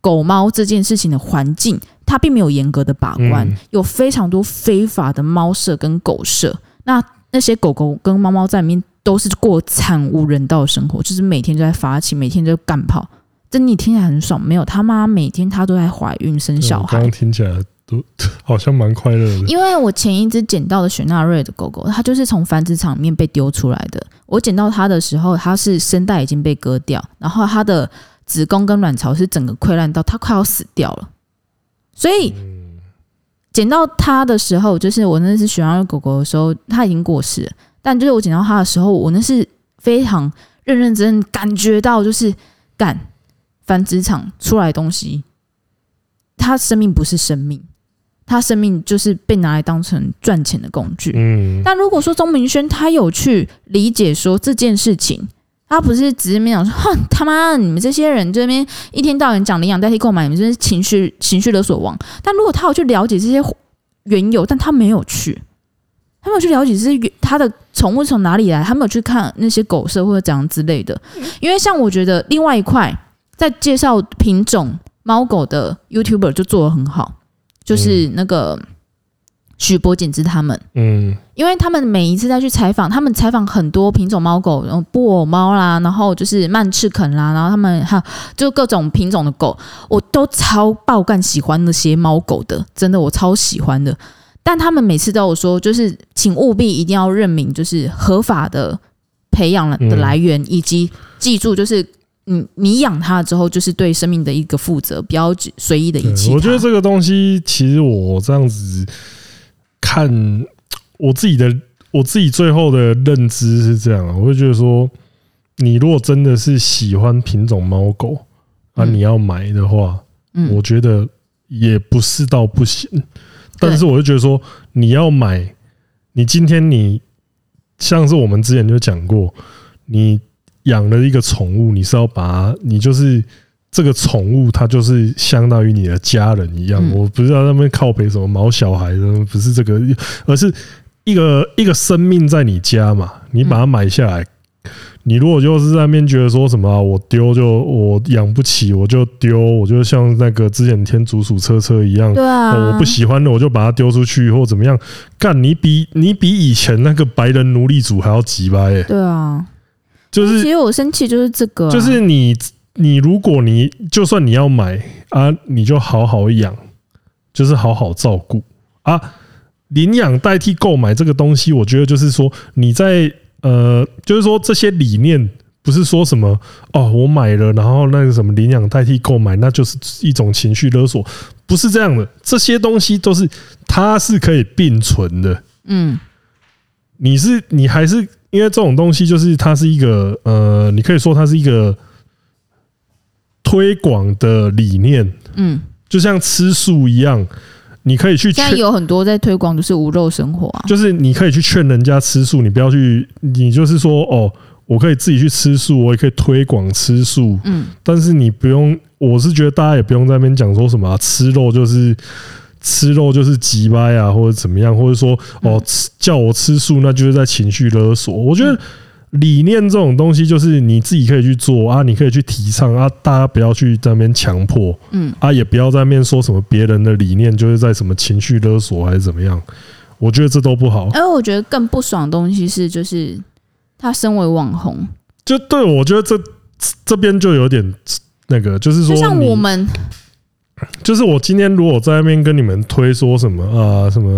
B: 狗猫这件事情的环境，它并没有严格的把关，
A: 嗯
B: 有非常多非法的猫舍跟狗舍。那那些狗狗跟猫猫在里面都是过惨无人道的生活，就是每天都在发情，每天都在干炮。这你听起来很爽，没有他妈每天她都在怀孕生
A: 对
B: 小
A: 我
B: 孩
A: 嗯刚，刚听起来都好像蛮快乐的。
B: 因为我前一只捡到的雪纳瑞的狗狗，它就是从繁殖场里面被丢出来的。我捡到它的时候，它是声带已经被割掉，然后它的子宫跟卵巢是整个溃烂到它快要死掉了。所以捡到它的时候，就是我那只雪纳瑞狗狗的时候，它已经过世了。但就是我捡到它的时候，我那是非常认认真真感觉到，就是干繁殖场出来的东西，它生命不是生命。他生命就是被拿来当成赚钱的工具。
A: 嗯，
B: 但如果说钟明轩他有去理解说这件事情，他不是只是没有说， 哼他妈你们这些人这边一天到晚讲领养代替购买，你们真是情绪情绪勒索王。但如果他有去了解这些缘由，但他没有去，他没有去了解这些缘他的宠物从哪里来，他没有去看那些狗舍或者怎样之类的。因为像我觉得另外一块在介绍品种猫狗的 YouTuber 就做的很好，就是那个许博景之他们。
A: 嗯
B: 因为他们每一次再去采访，他们采访很多品种猫狗，然后布偶猫啦，然后就是曼赤肯啦，然后他们还有就各种品种的狗，我都超爆干喜欢那些猫狗的，真的我超喜欢的。但他们每次都有说，就是请务必一定要认明，就是合法的培养的来源，以及记住，就是你你养它之后，就是对生命的一个负责，不要只随意的遗
A: 对
B: 弃它。
A: 我觉得这个东西，其实我这样子看我自己的，我自己最后的认知是这样啊，我会觉得说，你如果真的是喜欢品种猫狗啊，
B: 嗯
A: 你要买的话，
B: 嗯
A: 我觉得也不是到不行，但
B: 对
A: 是我就觉得说，你要买，你今天你像是我们之前就讲过，你养了一个宠物，你是要把它你就是这个宠物，它就是相当于你的家人一样。
B: 嗯
A: 我不是要在那边靠北什么毛小孩，不是这个，而是一个一个生命在你家嘛，你把它买下来。你如果就是在那边觉得说什么啊、我丢就我养不起，我就丢，我就像那个之前天竺鼠车车一样，
B: 对啊、
A: 哦我不喜欢的我就把它丢出去或怎么样。干你比你比以前那个白人奴隶主还要急吧？哎，
B: 对啊，
A: 就
B: 其
A: 是
B: 实我生气就是这个、啊，
A: 就是你你如果你就算你要买啊，你就好好养，就是好好照顾啊。领养代替购买这个东西，我觉得就是说你在呃，就是说这些理念。不是说什么哦，我买了，然后那个什么领养代替购买，那就是一种情绪勒索，不是这样的。这些东西都是它是可以并存的，
B: 嗯。
A: 你是你还是因为这种东西，就是它是一个呃，你可以说它是一个推广的理念，
B: 嗯，
A: 就像吃素一样，你可以去
B: 现
A: 劝
B: 在，有很多在推广就是无肉生活啊，
A: 就是你可以去劝人家吃素，你不要去，你就是说哦，我可以自己去吃素，我也可以推广吃素，
B: 嗯，
A: 但是你不用，我是觉得大家也不用在那边讲说什么啊、吃肉就是吃肉就是鸡掰啊，或者怎么样，或者说哦
B: 嗯
A: 吃叫我吃素，那就是在情绪勒索。我觉得理念这种东西，就是你自己可以去做啊，你可以去提倡啊，大家不要去在那边强迫，
B: 嗯
A: 啊，也不要在那边说什么别人的理念就是在什么情绪勒索还是怎么样。我觉得这都不好，
B: 而我觉得更不爽的东西是，就是他身为网红，
A: 就对我觉得这这这边就有点那个，就是说
B: 就像
A: 你
B: 我们，
A: 就是我今天如果在那边跟你们推说什么啊、什么，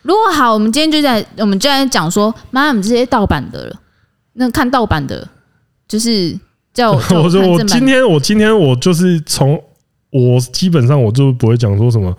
B: 如果好，我们今天就在我们就在讲说，妈，我们这些盗版的了，那看盗版的，就是叫 叫
A: 我
B: 哦我
A: 说
B: 看
A: 我
B: 正
A: 今
B: 版的，
A: 天我今天我就是从我基本上我就不会讲说什么。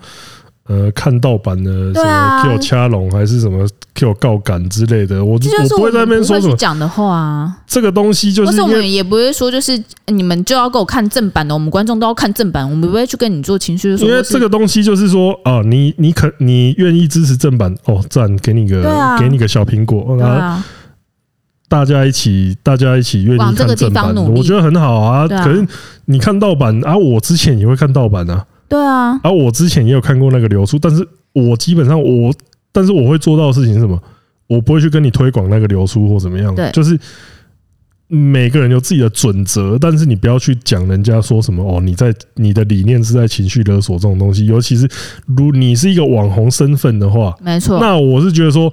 A: 呃，看盗版的什
B: 对
A: 么
B: 啊
A: Q 掐龙还是什么 Q 告感之类的，我就
B: 这就是
A: 我不会
B: 我
A: 在那
B: 们
A: 边
B: 不
A: 说
B: 会
A: 什
B: 去
A: 么
B: 讲的话啊。
A: 这个东西，就
B: 或
A: 是
B: 是我
A: 因为
B: 们也不会说，就是呃你们就要给我看正版的，我们观众都要看正版，我们不会去跟你做情绪勒索。
A: 因为
B: 或是
A: 这个东西就是说啊，你你肯你愿意支持正版哦，赞，给你
B: 对
A: 个
B: 啊
A: 给你个小苹果，
B: 对
A: 然后
B: 啊，
A: 大家一起，大家一起愿意
B: 往这
A: 看
B: 个地
A: 正版，
B: 方努力
A: 我觉得很好啊。
B: 对啊
A: 可是你看盗版啊，我之前也会看盗版啊，
B: 对啊，
A: 啊，我之前也有看过那个流出，但是我基本上我，但是我会做到的事情是什么？我不会去跟你推广那个流出或怎么样
B: 对，
A: 就是每个人有自己的准则，但是你不要去讲人家说什么哦，你在你的理念是在情绪勒索这种东西，尤其是如你是一个网红身份的话，
B: 没错。
A: 那我是觉得说，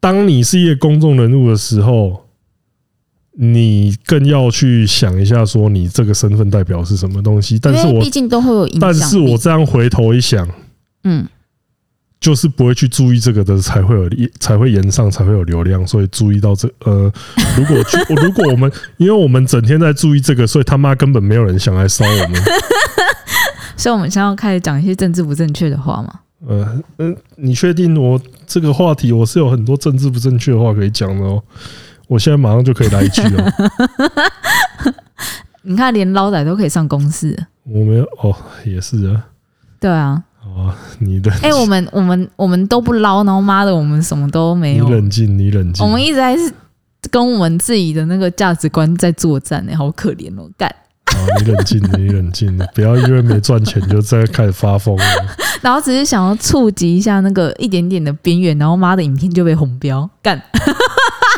A: 当你是一个公众人物的时候，你更要去想一下，说你这个身份代表是什么东西。但是
B: 因为
A: 我
B: 毕，竟都会有影响
A: 但
B: 力。
A: 是我这样回头一想，
B: 嗯，
A: 就是不会去注意这个的，才会有才会延上，才会有流量。所以注意到这呃，如果去 如果我们，因为我们整天在注意这个，所以他妈根本没有人想来烧我们。
B: 所以我们现在要开始讲一些政治不正确的话嘛？
A: 呃，嗯，你确定我这个话题我是有很多政治不正确的话可以讲的哦？我现在马上就可以来一句 了。
B: 你看，连捞仔都可以上公司，
A: 我没有哦，也是啊。
B: 对啊，
A: 好啊，你冷
B: 哎、我们我们我们都不捞，然后妈的，我们什么都没
A: 你
B: 有。
A: 冷静，你冷静
B: 我。们一直还是跟我们自己的那个价值观在作战呢、好可怜哦！干，
A: 啊，你冷 静，你冷静，不要因为没赚钱就再开始发疯 了。
B: 然后只是想要触及一下那个一点点的边缘，然后妈的影片就被红标，干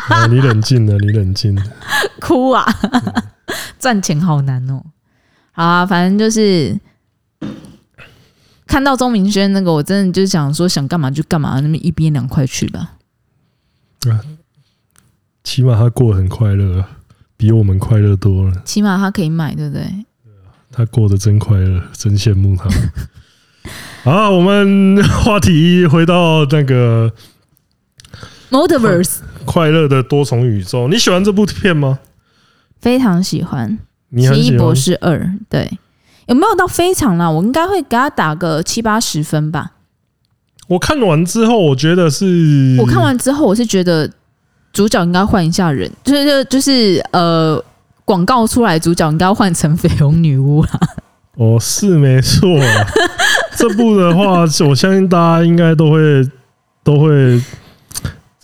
A: 啊，你冷静了，你冷静。
B: 哭啊！ 赚钱好难哦。好啊，反正就是看到钟明轩那个，我真的就想说想干嘛就干嘛，那么一边两块去吧。
A: 起码他过得很快乐，啊比我们快乐多了。
B: 起码他可以买，对不对？
A: 他过得真快乐，真羡慕他。 好，我们话题回到那个
B: Motiverse
A: 快乐的多重宇宙。你喜欢这部片吗？
B: 非常喜欢《
A: 你
B: 奇
A: 很
B: 异
A: 喜欢
B: 博？士二》，对，有没有到非常啦？我应该会给他打个七八十分吧。
A: 我看完之后，我觉得是
B: 我看完之后，我是觉得主角应该换一下人，就是就是呃，广告出来主角应该要换成绯红女巫啦。
A: 哦，是没错啊。这部的话，我相信大家应该都会 都会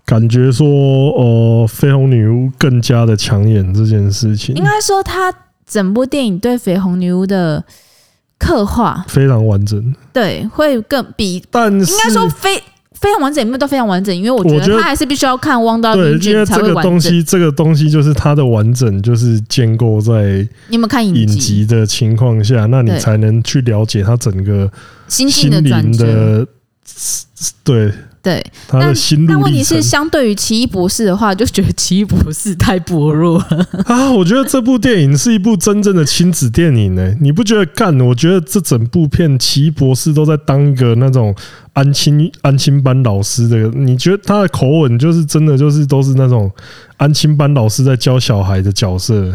A: 感觉说，呃，绯红女巫更加的抢眼这件事情
B: 应，该说，他整部电影对绯红女巫的刻画，
A: 非常完整。
B: 对，会更比应
A: 但是
B: 该说非。非常完整，也没有到非常完整，因为我觉
A: 我觉
B: 得
A: 得
B: 他还是必须要看《汪达
A: 对，
B: 英
A: 因
B: 俊》
A: 为
B: 呃才
A: 这
B: 会
A: 个
B: 完
A: 东
B: 整。
A: 西，这个东西就是它的完整，就是建构在
B: 你有没有看
A: 影集的情况下，那你
B: 对
A: 才能去了解它整个
B: 心境
A: 心
B: 的转
A: 灵
B: 折？
A: 的，对
B: 对，
A: 它的心
B: 但
A: 路
B: 问题
A: 历程
B: 是，相对于奇异博士的话，就觉得奇异博士太薄弱 了。
A: 啊！我觉得这部电影是一部真正的亲子电影呢、你不觉得？干，我觉得这整部片奇异博士都在当一个那种安亲安亲班老师的，你觉得他的口吻就是真的就是都是那种安亲班老师在教小孩的角色。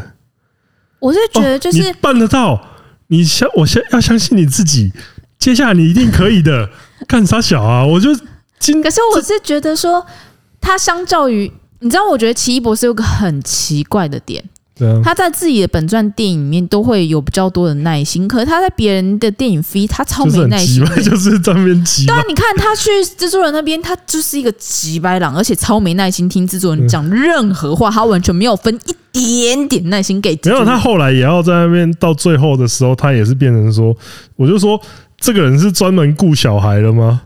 B: 我是觉得就是、
A: 哦、你办得到，你相我相要相信你自己，接下来你一定可以的。干啥小啊？我就今
B: 可是我是觉得说，他相较于你知道，我觉得奇异博士有个很奇怪的点，
A: 这样
B: 他在自己的本传电影里面都会有比较多的耐心，可是他在别人的电影 V，他超
A: 就是
B: 没
A: 很
B: 耐
A: 急
B: 心
A: 嘛
B: 的。，
A: 就是在那边急
B: 对
A: 嘛
B: 啊，，你看他去制作人那边，他就是一个急白狼，而且超没耐心听制作
A: 嗯
B: 人讲任何话，他完全没有分一点点耐心给制
A: 没
B: 作
A: 有
B: 人。
A: 他后来也要在那边到最后的时候，他也是变成说，我就说这个人是专门顾小孩的吗？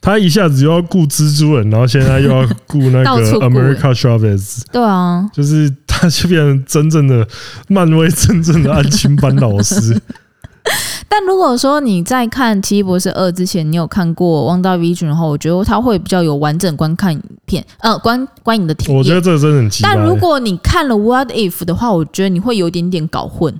A: 他一下子又要顾蜘蛛人，然后现在又要顾那
B: 到
A: 个
B: 处顾欸
A: America Chavez，
B: 对啊，
A: 就是他就变成真正的 漫威真正的安亲班老师。
B: 但如果说你在看《奇异博士二》之前，你有看过《汪大 Vision》的话，我觉得它会比较有完整观看影片，呃，观观影的体验。
A: 我觉得这欸个真的很奇怪。
B: 但如果你看了《What If》的话，我觉得你会有点点搞混。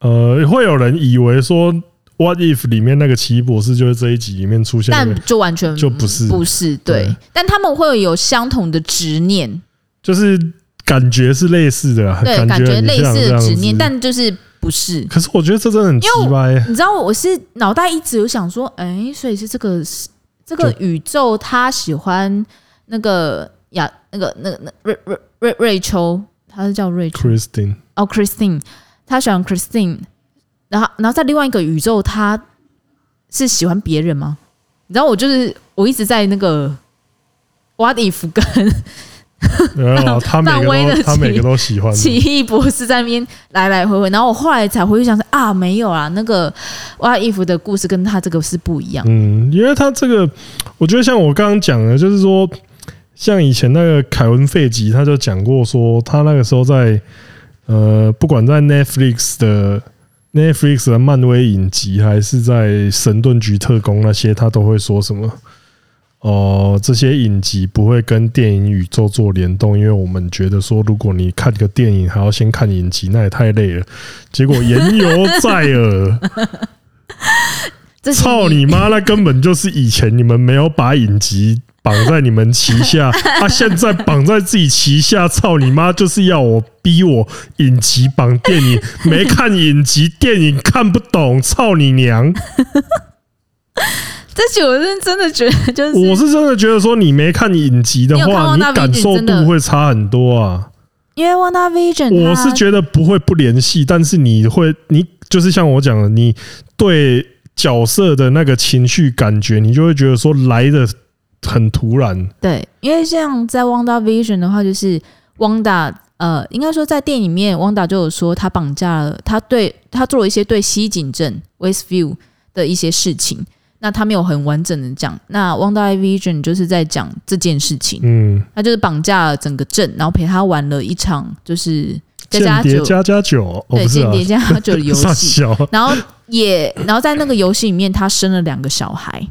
A: 呃，会有人以为说《What If》里面那个奇异博士就是这一集里面出现
B: 但
A: 的，
B: 就完全
A: 就不是
B: 不是对，
A: 对
B: 但他们会有相同的执念，
A: 就是感觉是类似的啊，
B: 对，感
A: 觉
B: 觉
A: 很
B: 类
A: 像
B: 似
A: 这
B: 的
A: 样
B: 执
A: 子
B: 念，但就是不是。
A: 可是我觉得这真的很奇怪、
B: 你知道，我是脑袋一直有想说，哎、所以是这个这个宇宙，他喜欢那个亚那个那个那瑞瑞瑞瑞秋，他是叫瑞秋
A: c h r i s t i n
B: 哦，Christine，他喜欢 Christine，然后然后在另外一个宇宙，他是喜欢别人吗？你知道我就是我一直在那个 What if 跟
A: 然 后他每
B: 漫威
A: 个
B: 的
A: 都他
B: 奇
A: 每个都喜欢，
B: 奇异博士在那边来来回回，然后我后来才回去想说啊，没有啊，那个 What if 的故事跟他这个是不一样。
A: 嗯，因为他这个，我觉得像我刚刚讲的，就是说，像以前那个凯文·费吉，他就讲过说，他那个时候在呃，不管在 Netflix 的 Netflix 的漫威影集，还是在《神盾局特工》那些，他都会说什么。哦、这些影集不会跟电影宇宙做联动，因为我们觉得说，如果你看个电影还要先看影集，那也太累了。结果言犹在耳，
B: 这是
A: 操你妈！那根本就是以前你们没有把影集绑在你们旗下，啊，现在绑在自己旗下，操你妈！就是要我逼我影集绑电影，没看影集电影看不懂，操你娘！
B: 这集我是真的觉得 就是
A: 我是真的觉得说你没看影集的
B: 你有看
A: 话，
B: 过
A: 你
B: 那 V
A: 感受度会差很多啊。
B: 因为 Wanda Vision，
A: 我是觉得不会不联系，但是你会，你就是像我讲的，你对。角色的那个情绪感觉，你就会觉得说来的很突然。
B: 对，因为像在《Wanda Vision》的话，就是 Wanda，呃，应该说在电影里面，Wanda 就有说她绑架了，她对她做了一些对西井镇 Westview 的一些事情。那她没有很完整的讲，那《Wanda Vision》就是在讲这件事情，
A: 嗯，
B: 她就是绑架了整个镇，然后陪她玩了一场就是加
A: 间
B: 加
A: 谍
B: 酒，
A: 加加酒，哦，
B: 对
A: 不是
B: 间
A: 啊
B: 谍，加加酒 的游
A: 傻
B: 戏，
A: 小，
B: 然后也然后在那个游戏里面，她生了两个小孩，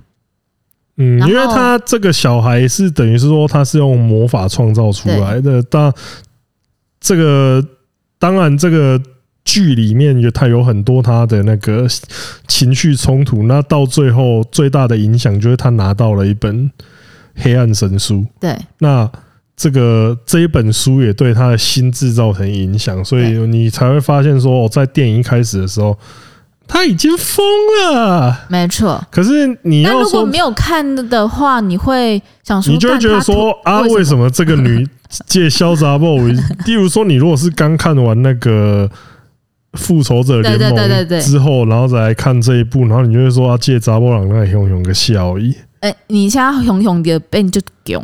A: 嗯，
B: 然后
A: 因为他这个小孩是等于是说他是用魔法创造出来的，但这个当然这个剧里面有他有很多他的那个情绪冲突，那到最后最大的影响就是他拿到了一本黑暗神书，
B: 对，
A: 那这个这一本书也对他的心智造成影响，所以你才会发现说，哦，在电影一开始的时候他已经疯了，
B: 没错。
A: 可是你
B: 那
A: 要
B: 如果
A: 说
B: 没有看的话，你会想说，
A: 你就会
B: 干
A: 觉得
B: 他吐
A: 说啊，
B: 为什么
A: 为什么这个 女界潇洒 boy？例如说，你如果是刚看完那个《复仇者联
B: 对
A: 盟
B: 对对对对》
A: 之后，然后再来看这一部，然后你就会说啊，界杂波朗那熊熊个笑意。
B: 哎、你现在熊熊的被你就囧，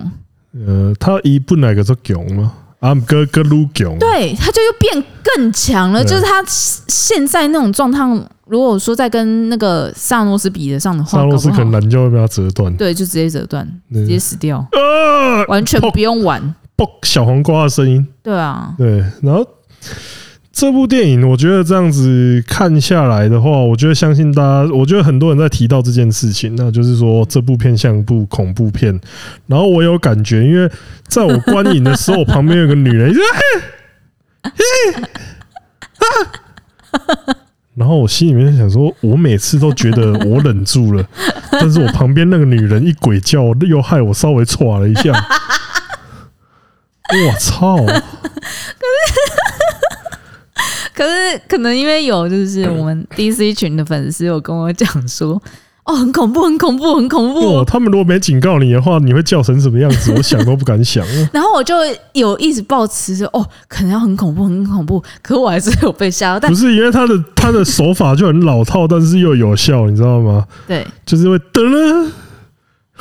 A: 呃，他一本来个做囧嘛，啊，哥哥撸囧。
B: 对，他就又变更强了。
A: 对
B: 就是他现在那种状态，如果说再跟那个萨诺斯比得上的话，
A: 沙洛斯
B: 搞
A: 可
B: 不好
A: 能懒觉会被他折断。
B: 对，就直接折断，
A: 嗯
B: 直接死掉，
A: 啊，
B: 完全
A: 砰
B: 不用玩。
A: 嘣！小黄瓜的声音。
B: 对啊，
A: 对，然后这部电影，我觉得这样子看下来的话，我觉得相信大家，我觉得很多人在提到这件事情，那就是说这部片像部恐怖片。然后我有感觉，因为在我观影的时候，旁边有个女人一直在，嘿，嘿，啊。然后我心里面在想说，我每次都觉得我忍住了，但是我旁边那个女人一鬼叫，又害我稍微歘了一下。 我操！
B: 可是可能因为有就是我 们 DC 群的粉丝有跟我讲说，哦，很恐怖，很恐怖，很恐怖。
A: 哇，他们如果没警告你的话，你会叫成什么样 子？我想都不敢想啊。
B: 然后我就有一直抱持着哦，可能要很恐怖，很恐怖，可我还是有被吓到。但
A: 不是因为他的他的手法就很老套，但是又有效，你知道吗？
B: 对，
A: 就是会噔了，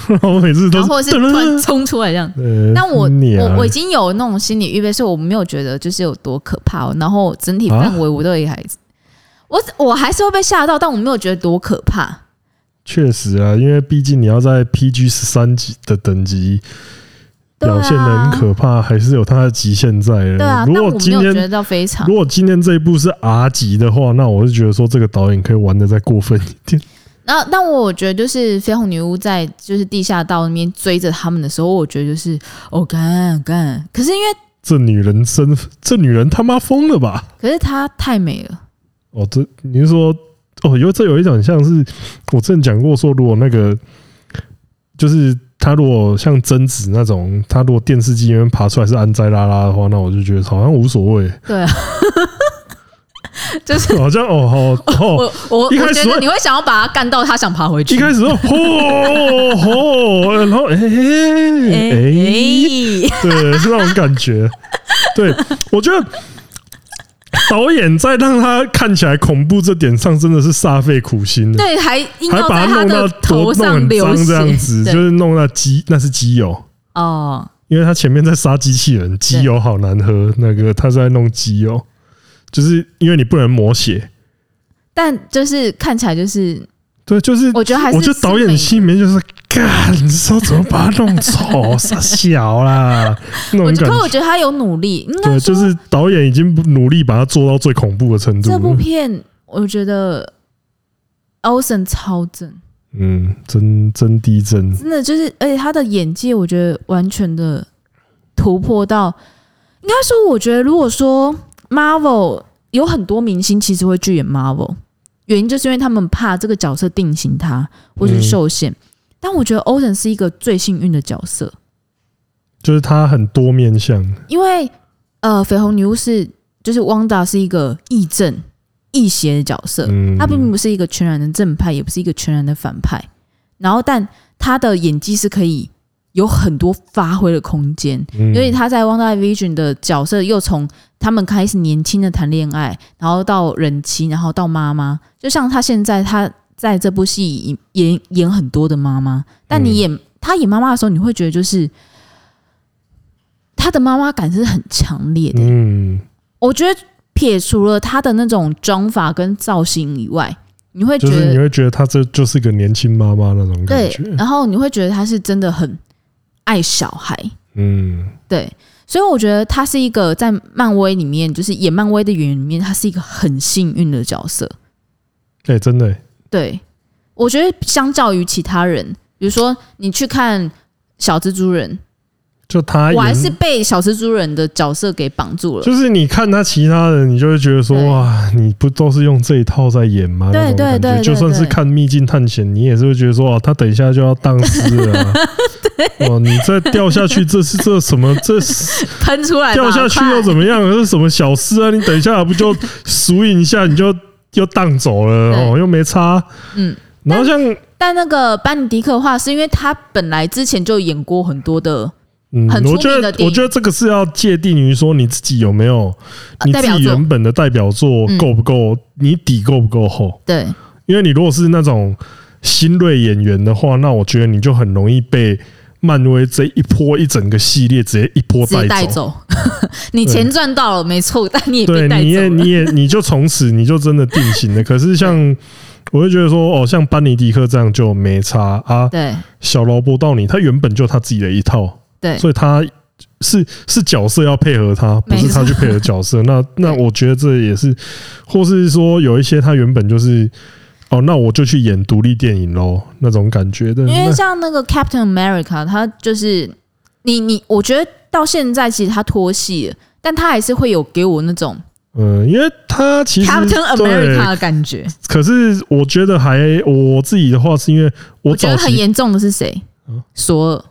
A: 然后每次都
B: 然后或者是突然
A: 噔了。
B: 冲出来这样。
A: 呃
B: 但我
A: 你啊
B: 我我已经有那种心理预备，所以我没有觉得就是有多可怕哦。然后整体
A: 啊
B: 氛围我都也还，我我还是会被吓到，但我没有觉得多可怕。
A: 确实啊，因为毕竟你要在 PG 十三级的等级
B: 对啊
A: 表现的很可怕，还是有它的极限在的。
B: 对啊，
A: 如
B: 但我
A: 果
B: 没
A: 今
B: 有觉得
A: 天
B: 到非常
A: 如。果今天这一部是 R 级的话，那我是觉得说这个导演可以玩的再过分一点。
B: 然后，但我觉得就是绯红女巫在就是地下道那边追着他们的时候，我觉得就是哦干干，可是因为
A: 这女人真，这女人他妈疯了吧？
B: 可是她太美了，
A: 哦，这你是说哦，因为这有一种像是我之前讲过说，如果那个就是他如果像贞子那种，他如果电视机里面爬出来是安塞拉拉的话，那我就觉得好像无所谓，
B: 对啊，就是
A: 好像哦好哦。
B: 我我我
A: 一开始
B: 觉
A: 会
B: 得你会想要把他干到他想爬回去。
A: 一开始说吼吼，然后哎哎哎，
B: 哎，
A: 对，是那种感觉。对，我觉得导演在让他看起来恐怖这点上，真的是煞费苦心的。
B: 对，还硬
A: 还
B: 要
A: 把
B: 在
A: 它弄到
B: 的头
A: 多弄
B: 上
A: 很
B: 流
A: 脏
B: 血，
A: 这样子，
B: 对
A: 就是弄到机那是机油，
B: 哦，
A: 因为他前面在杀机器人，机油好难喝，那个他是在弄机油，就是因为你不能抹血，
B: 但就是看起来就是，
A: 对，就是
B: 我觉得还是
A: 我觉得导演
B: 心
A: 心里面就是干，你知道怎么把它弄丑，傻小啦那
B: 美，
A: 种
B: 我觉
A: 感
B: 得我
A: 觉。
B: 觉得他有努力，应该
A: 对，就
B: 说
A: 是导演已经努力把它做到最恐怖的程度
B: 这部
A: 了。
B: 片，我觉得 Olsen 超正，
A: 嗯，真真逼真。
B: 真的就是，而且他的演技，我觉得完全的突破到，应该说，我觉得如果说 Marvel 有很多明星其实会拒演 Marvel，原因就是因为他们怕这个角色定型他或是受限。但我觉得 o z e n 是一个最幸运的角色，
A: 就是他很多面相，
B: 因为呃，绯红女巫是就是 Wanda 是一个义正义邪的角色，
A: 嗯，
B: 呃他并不是一个全然的正派，也不是一个全然的反派。然后，但他的演技是可以有很多发挥的空间，
A: 嗯，
B: 因
A: 对
B: 为他在《Wanda Vision》的角色又从他们开始年轻的谈恋爱，然后到人妻，然后到妈妈，就像他现在他在这部戏演演很多的妈妈，但你
A: 嗯
B: 演她演妈妈的时候，你会觉得就是她的妈妈感是很强烈的。
A: 嗯，
B: 我觉得撇除了她的那种妆法跟造型以外，你会觉
A: 就是
B: 得
A: 你会觉得她这就是个年轻妈妈那种感
B: 对
A: 觉，，
B: 然后你会觉得她是真的很爱小孩，
A: 嗯，
B: 对，所以我觉得她是一个在漫威里面，就是演漫威的演员里面，她是一个很幸运的角色。呃
A: 哎、真的、欸，
B: 对，我觉得相较于其他人，比如说你去看小蜘蛛人，
A: 就她
B: 我还
A: 演
B: 是被小蜘蛛人的角色给绑住了。
A: 就是你看他其他人，你就会觉得说
B: 对
A: 哇，你不都是用这一套在演吗？
B: 对
A: 那种感觉
B: 对对对
A: 就算是
B: 对
A: 看《秘境探险》，你也是会觉得说哦，他等一下就要荡失了 啊、哦，你再掉下去，这是这什么？ 这是
B: 喷出来吧
A: 掉下去
B: 快
A: 又怎么样？这是什么小事啊？你等一下不就数影一下，你就又荡走了
B: 对
A: 哦，又没差。
B: 嗯，
A: 然后像
B: 但那个班尼迪克的话，是因为他本来之前就演过很多的，
A: 嗯，
B: 很出
A: 我觉
B: 名
A: 得
B: 的电
A: 我
B: 影
A: 觉得这个是要界定于说你自己有没有
B: 呃
A: 你
B: 代
A: 自
B: 表
A: 己
B: 作
A: 原本的代表作
B: 嗯
A: 够不够，你底够不够厚。
B: 对
A: 因为你如果是那种新锐演员的话，那我觉得你就很容易被漫威这一波一整个系列直接一波
B: 直接带
A: 走。
B: 走。 你钱赚到了没错， 但你也被
A: 对，
B: 带
A: 你也
B: 走了。
A: 你也你就从此你就真的定型了。可是 像我会觉得说，哦，像班尼迪克这样就没差啊。
B: 对
A: 小劳勃道尼他原本就他自己的一套，
B: 对
A: 所以他是是角色要配合他，不
B: 没
A: 是他
B: 错
A: 去配合角色。那那
B: 对
A: 我觉得这也是，或是说有一些他原本就是。哦，那我就去演独立电影喽，那种感觉的。
B: 因
A: 那
B: 为像那个 Captain America，他就是你你，我觉得到现在其实他脱戏了，但他还是会有给我那种
A: 嗯，因为他其实
B: Captain
A: 对
B: America 的感觉。
A: 可是我觉得还我自己的话，是因为我
B: 我觉
A: 早
B: 得很
A: 期
B: 严重的是谁
A: 嗯？
B: 索尔，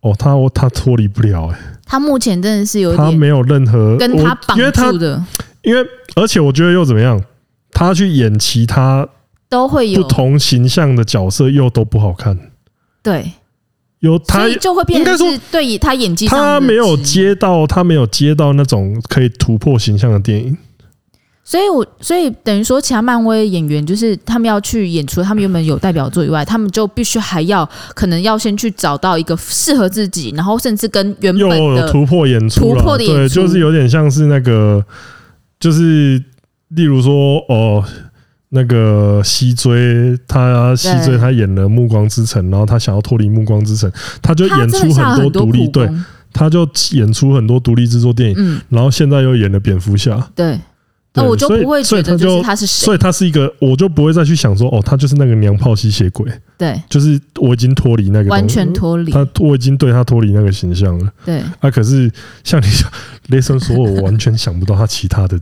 A: 哦，他我他脱离不了、欸，
B: 他目前真的是有
A: 他
B: 点
A: 没有任何
B: 跟
A: 我
B: 他绑
A: 因为他
B: 住的，
A: 因为而且我觉得又怎么样，他去演其他
B: 都会
A: 不
B: 有
A: 同形象的角色又都不好看，
B: 对，
A: 有他
B: 所以就会变成
A: 应该
B: 是对于他演技上
A: 他
B: 的
A: 没有
B: 质疑
A: 接到他没有接到那种可以突破形象的电影，
B: 所以我所以等于说，其他漫威演员就是他们要去演出，他们原本有代表作以外，他们就必须还要可能要先去找到一个适合自己，然后甚至跟原
A: 又
B: 本
A: 有
B: 的
A: 突破演出
B: 突
A: 了，
B: 破的演
A: 对，
B: 出
A: 就是有点像是那个，就是例如说哦。那个西追，他西追
B: 对
A: 他演了《暮光之城》，然后他想要脱离《暮光之城》，他就
B: 他
A: 演
B: 真
A: 出
B: 的下了
A: 多
B: 很
A: 独立，
B: 苦
A: 对，
B: 功，
A: 他就演出很多独立制作电影，
B: 嗯，
A: 然后现在又演了蝙蝠侠，
B: 对。那
A: 对
B: 我就
A: 所以
B: 不会
A: 所
B: 觉
A: 以
B: 得
A: 他
B: 就是
A: 就
B: 他是谁
A: 所，以他是一个，我就不会再去想说，哦，他就是那个娘炮吸血鬼，
B: 对，
A: 就是我已经脱离那个东西
B: 完全脱离，
A: 他我已经对他脱离那个形象 了。
B: 对，
A: 啊，可是像你讲雷神索尔，我完全想不到他其他的，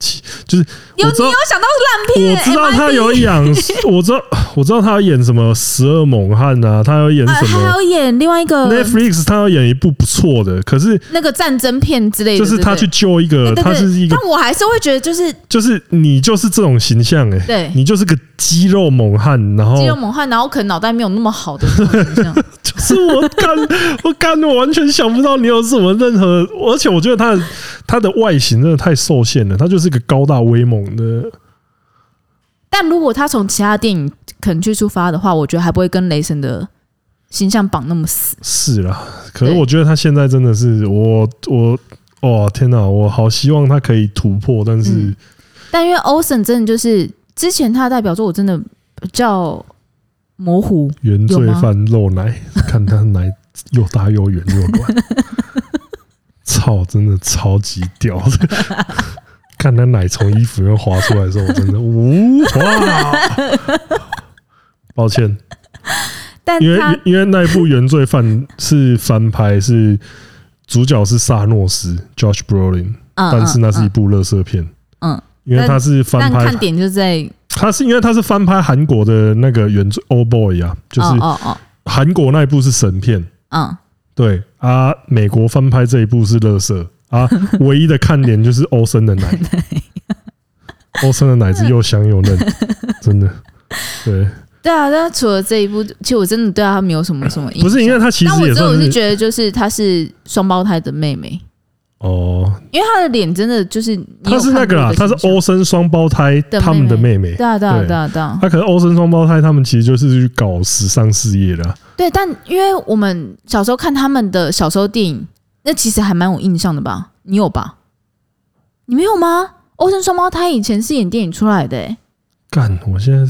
A: 其就是
B: 有
A: 我知道
B: 你有想到烂片，欸
A: 我知道他有演，
B: 哎
A: 我知道我知道他有演什么十二猛汉啊，他有演
B: 呃，
A: 什
B: 还
A: 么
B: 有呃演另外一个
A: Netflix，他有演一部不错的，可是
B: 那个战争片之类的，
A: 就是
B: 对不
A: 他
B: 对
A: 去救一个，
B: 对对
A: 他是一
B: 对，
A: 个
B: 但我还是会觉得就是
A: 就是你就是这种形象哎、
B: 对
A: 你就是个肌肉猛汉，然后
B: 肌肉猛汉，然后可能脑袋没有那么好的那种形象，
A: 就是我干，我干，我完全想不到你有什么任何，而且我觉得他的他的外形真的太受限了，他就是一个高大威猛的，
B: 但如果他从其他电影可能去出发的话，我觉得还不会跟雷神的形象绑那么死。
A: 是啦。可是
B: 对
A: 我觉得他现在真的是我我哦天哪，我好希望他可以突破，但是、
B: 嗯但因为 Olsen 真的就是之前他的代表作，我真的比较模糊。
A: 原罪
B: 有吗
A: 犯露奶，看他奶又大又圆又软， 操，真的超级屌 的。看他奶从衣服里面滑出来的时候，我真的呜哇！抱歉，
B: 但
A: 因为
B: 他
A: 因为那一部《原罪犯》是翻拍，是主角是萨诺斯 （Josh Brolin），
B: 嗯，
A: 但是那是一
B: 嗯
A: 部乐色片。
B: 嗯，
A: 因为他是
B: 嗯但
A: 翻拍
B: 看，点就在
A: 他是因为他是翻拍韩国的那个原罪《Old Boy》啊，就是
B: 哦哦哦，
A: 韩国那一部是神片，
B: 嗯，
A: 对啊，美国翻拍这一部是乐色 啊，唯一的看点就是欧森的奶，欧森的奶子又香 又嫩，真的。对，
B: 对啊。但除了这一部，其实我真的对他没有什么什么印象。
A: 不是因为他其
B: 但
A: 实
B: 我
A: 也
B: 只有
A: 算
B: 是觉得，就是她是双胞胎的妹妹，
A: 哦，
B: 因为她的脸真的就是你
A: 她
B: 有
A: 是那
B: 看
A: 个
B: 过
A: 啦
B: 的，
A: 她是
B: 形象
A: 欧森双胞胎
B: 的
A: 他们的妹妹
B: 对。啊对啊
A: 对
B: 对啊对啊，
A: 她可能欧森双胞胎，他们其实就是去搞时尚事业的啊。
B: 对，但因为我们小时候看他们的小时候电影，那其实还蛮有印象的吧？你有吧？你没有吗？欧森双胞胎以前是演电影出来的、欸，
A: 嗯干，我现在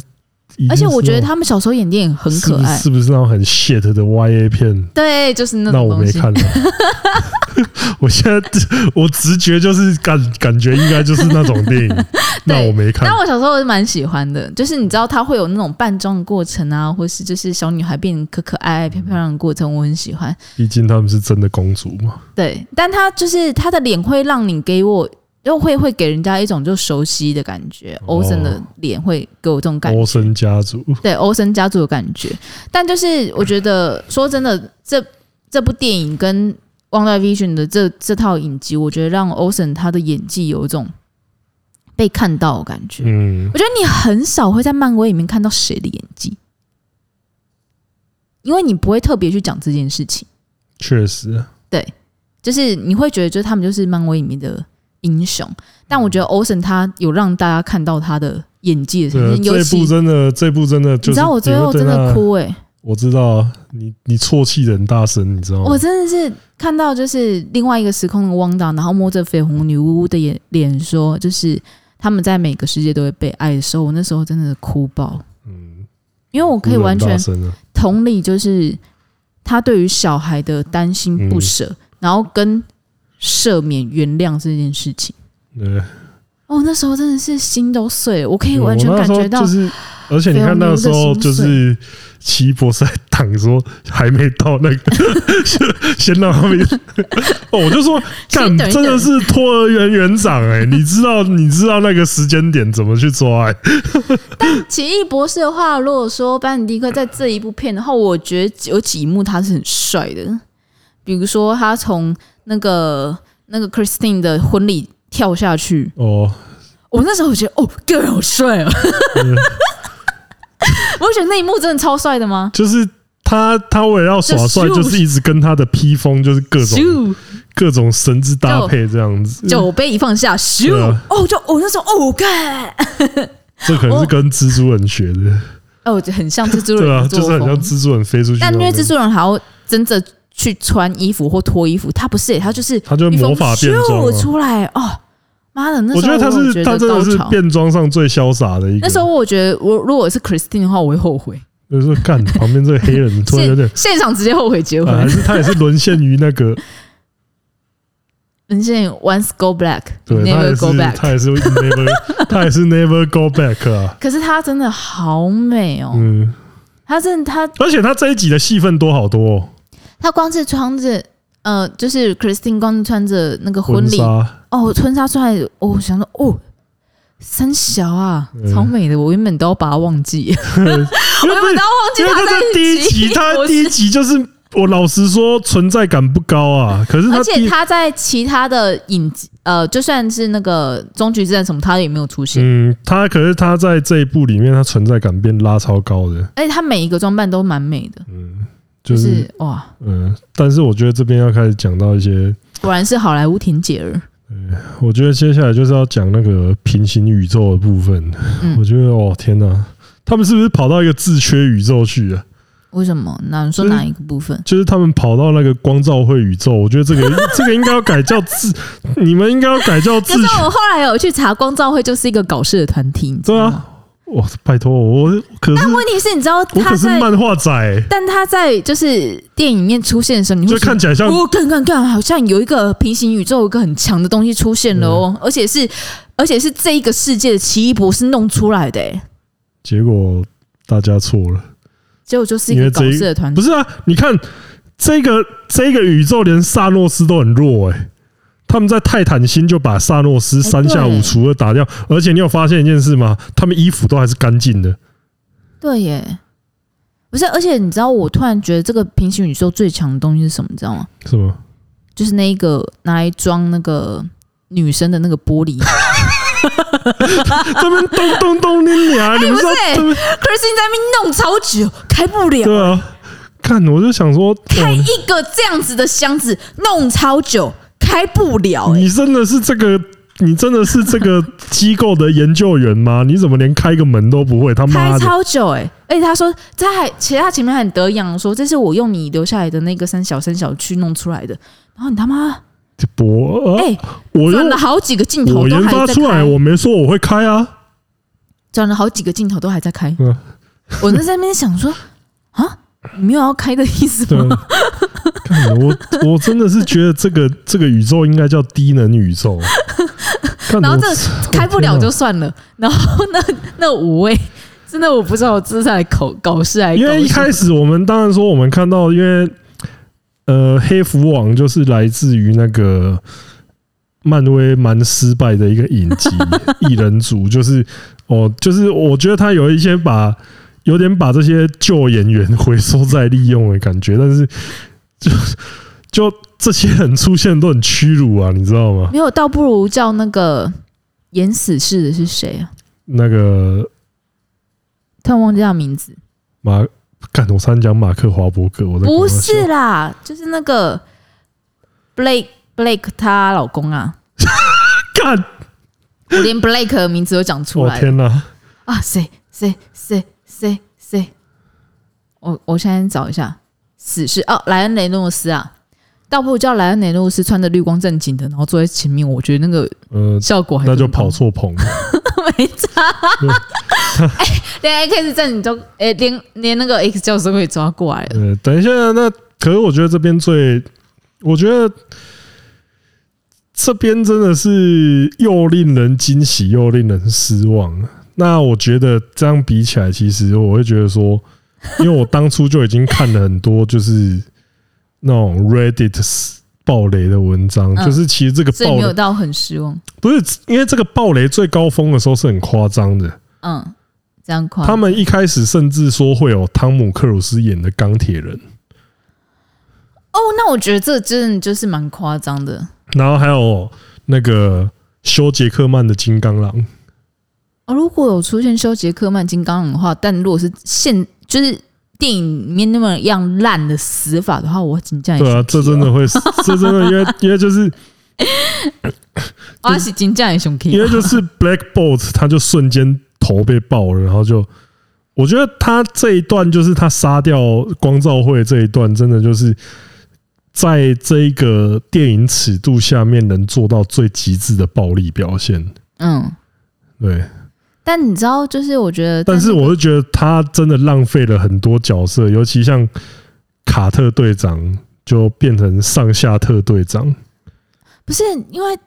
A: 一定是那种，
B: 而且我觉得他们小时候演电影很可爱。
A: 是不是是不是那种很 shit 的 YA 片？
B: 对，就是那
A: 那
B: 种
A: 我
B: 东
A: 没
B: 西。
A: 看到。 我现在我直觉就是感感觉应该就是那种 电影，那我没看
B: 但。我小时候是蛮喜欢的，就是你知道它会有那种扮装的过程啊，或是就是小女孩变可可爱爱、漂漂亮亮的过程，我很喜欢。
A: 毕竟他们是真的公主嘛。
B: 对，但她就是她的脸会让你给我，又会会给人家一种就熟悉的感觉。
A: 哦
B: 欧森的脸会给我这种感觉。
A: 欧森家族，
B: 对欧森家族的感觉。但就是我觉得，说真的，这这部电影跟《Wonder Vision》的这这套影集，我觉得让欧森他的演技有一种被看到的感觉。
A: 嗯，
B: 我觉得你很少会在漫威里面看到谁的演技，因为你不会特别去讲这件事情，
A: 确实，
B: 就是你会觉得，就是他们就是漫威里面的英雄。但我觉得欧森他有让大家看到他的演技的
A: 嗯
B: 呈
A: 对，啊
B: 现，尤
A: 呃这
B: 其
A: 部真的，这部真的就是，
B: 你知道我最后真的，哭哎、
A: 我知道啊你你啜泣的很大声，你知道吗
B: 我？真的是看到就是另外一个时空的汪达，然后摸着绯红女巫的眼脸说，就是他们在每个世界都会被爱的时候，我那时候真的哭爆，
A: 嗯，
B: 因为我可以
A: 哭得
B: 完
A: 很
B: 全
A: 大声啊，
B: 同理，就是他对于小孩的担心不舍，
A: 嗯
B: 然后跟赦免原谅这件事情。
A: 对，
B: 哦，那时候真的是心都碎了，我可以
A: 对
B: 哎完全
A: 嗯我那
B: 感
A: 时候
B: 觉到，
A: 就是，而且你看那时候就是奇异博士还挡说还没到那个，先让他们。哦，我就说，干
B: 先等一
A: 真
B: 等
A: 的是托儿园园长哎、你知道你知道那个时间点怎么去抓哎、
B: 奇异博士的话，如果说班尼迪克在这一部片的话，我觉得有几幕他是很帅的，比如说他从那个那个 Christine 的婚礼跳下去，
A: 哦，
B: 我那时候觉得哦，个人好帅哦，
A: 嗯
B: 我觉得那一幕真的超帅的吗？
A: 就是他他为了要耍帅，
B: 就咻
A: 就是一直跟他的披风就是各种
B: 咻，
A: 各种神之搭配这样子。
B: 酒杯一放下，咻
A: 对啊，
B: 哦，就哦那时候哦，干，
A: 这可能是跟蜘蛛人学的，
B: 哦，我觉得很像蜘蛛人
A: 对啊，
B: 的
A: 就
B: 作
A: 是
B: 风，
A: 很像蜘蛛人飞出去那
B: 但
A: 种
B: 因为
A: 感觉。
B: 蜘蛛人还要真的去穿衣服或脱衣服，他不是、欸他就是。
A: 他就是魔法变装啊、
B: 咻出来哦，妈的！那
A: 我
B: 时
A: 觉
B: 候
A: 得他
B: 有
A: 是
B: 觉
A: 他
B: 得
A: 真的
B: 高
A: 是
B: 潮。
A: 变装上最潇洒的一个。
B: 那时候我觉得，我如果是 Christine 的话，我会 后悔，
A: 就是说干旁边这个黑人突然有点
B: 现，现场直接后悔结
A: 啊还
B: 婚。
A: 是他也是沦陷于那 个，
B: 人现在 once go black，never
A: 对他也
B: go
A: 是他
B: back。
A: 也是 never 他也是 never go back 啊，
B: 可是她真的好美哦，
A: 嗯，
B: 她真的她
A: 而且他这一集的戏份多好多、哦，
B: 她光是穿着呃，就是 Christine 光是穿着那个婚
A: 婚
B: 礼
A: 纱，
B: 哦，婚纱出来哦，我想说哦。三小啊，
A: 嗯
B: 超美的！我原本都要把它忘记，
A: 因为
B: 我原
A: 不是
B: 本都要忘记
A: 因为
B: 她
A: 他在第一集，他
B: 我
A: 第
B: 是
A: 一集就是我老实说存在感不高啊，可是他
B: 而且
A: 第
B: 他在其他的影集，呃，就算是那个终局之战什么，他也没有出现。
A: 嗯，他可是他在这一部里面，他存在感变拉超高的，
B: 而且哎他每一个装扮都蛮美的，
A: 嗯，
B: 就
A: 就是、
B: 是哇，
A: 嗯，但是我觉得这边要开始讲到一些。
B: 果然是好莱坞甜姐儿。
A: 我觉得接下来就是要讲那个平行宇宙的部分。
B: 嗯
A: 我觉得哦，天哪，他们是不是跑到一个自缺宇宙去啊？
B: 为什么？那你说
A: 就是
B: 哪一个部分？
A: 就是他们跑到那个光照会宇宙。我觉得这个 这个应该要改叫自，你们应该要改叫
B: 可
A: 自
B: 是
A: 缺。
B: 我后来有去查，光照会就是一个搞事的团体，你知
A: 对
B: 道
A: 啊
B: 吗？，
A: 我拜托我，我可是
B: 但问题是，你知道
A: 我可
B: 他
A: 是
B: 在，
A: 漫画仔、欸
B: 但他在就是电影里面出现的时候，你会
A: 就
B: 觉得哦
A: 看起来像
B: 我看看看，好像有一个平行宇宙，有一个很强的东西出现了
A: 嗯
B: 哦，而且是而且是这一个世界的奇异博士弄出来的、欸，
A: 结果大家错了。
B: 结果就是一个搞事的团
A: 不
B: 体。
A: 是啊，你看这个这个宇宙连萨诺斯都很弱哎、他们在泰坦星就把萨诺斯三下五除二打掉，而且你有发现一件事吗？他们衣服都还是干净的。
B: 对耶，不是，而且你知道，我突然觉得这个平行宇宙最强的东西是什么？你知道吗？
A: 是 吗？
B: 就是那一个拿来装那个女生的那个玻 璃。
A: 这边咚咚咚你啊！你们知道
B: 哎
A: 这
B: 不
A: 边
B: 可是你在那边弄超久，开不了，
A: 对 啊？看，我就想说，
B: 开
A: 哇
B: 一个这样子的箱子弄超久，开开不了、欸。
A: 哦你真的是这个，你真的是这个机构的研究员吗？你怎么连开个门都不会？他妈
B: 开
A: 的！
B: 超久哎、而且他说，他还其实他前面还很得意啊说，这是我用你留下来的那个三小三小区弄出来的。然后你他妈
A: 博，啊
B: 哎、
A: 我
B: 转
A: 用
B: 了好几个镜头
A: 我
B: 都
A: 研
B: 还
A: 发
B: 在
A: 出来，
B: 开，
A: 我没说我会开啊。
B: 转了好几个镜头都还在开。
A: 嗯
B: 我那在那边想说啊，你没有要开的意思
A: 对
B: 吗？，
A: 看我我真的是觉得这个这个宇宙应该叫低能宇宙。 干
B: 然后
A: 我
B: 这个
A: 啊
B: 开不了就算了，然后那 那五位真的我不知道，我这是在搞搞事还是
A: 因
B: 搞
A: 为一
B: 什么
A: 开始我们当然说我们看到，因为呃，黑蝠网就是来自于那个漫威蛮失败的一个影 集异人组，就是哦，就是我觉得他有一些把有点把这些旧演员回收再利用的感觉，但是就就这些人出现都很屈辱啊，你知道吗？
B: 没有，倒不如叫那个演死士的是谁啊？
A: 那个
B: 突然忘记他名字，
A: 马，干我三讲马克华伯格，我在
B: 不
A: 开玩笑
B: 是啦，就是那个 Blake Blake 她老公啊，
A: 干，
B: 我连 Blake 的名字都讲出
A: 我
B: 来了
A: 哦天哪、
B: 啊！谁谁谁谁谁？我我现在找一下，死士哦，莱恩雷诺斯啊，倒不如叫莱恩雷诺斯穿着绿光正经的，然后坐在前面，我觉得那个
A: 呃，
B: 效果还
A: 那就
B: 更棒
A: 跑错棚了。
B: 没差。哎，连 X 战警都，哎、连连那个 X 教授都可以抓过来了。
A: 呃，等一下，那可是我觉得这边最，我觉得这边真的是又令人惊喜又令人失望。啊那我觉得这样比起来，其实我会觉得说，因为我当初就已经看了很多就是那种 Reddit 爆雷的文章，
B: 嗯
A: 就是其实这个
B: 所以
A: 爆
B: 没有
A: 雷
B: 到很失望，
A: 不是因为这个爆雷最高峰的时候是很夸张的，
B: 嗯，这样夸哦
A: 他们一开始甚至说会有汤姆克鲁斯演的钢铁人。
B: 哦。那我觉得这真的就是蛮夸张的
A: 然后还有那个修杰克曼的金刚狼，
B: 哦。如果有出现修杰克曼金刚狼的话，但如果是现就是电影里面那么样烂的死法的话，我紧张也
A: 对啊，这真的会，这真的，因为因为就是啊
B: 我是紧张也胸
A: 因
B: 腔
A: 为就是 Black Bolt，他就瞬间头被爆了，然后就我觉得他这一段就是他杀掉光照会这一段，真的就是在这一个电影尺度下面能做到最极致的暴力表现。
B: 嗯。
A: 对，
B: 但你知道，就是我觉得在那
A: 但
B: 个，
A: 是我是觉得他真的浪费了很多角色，尤其像卡特队长就变成上下特队长，
B: 不是因为，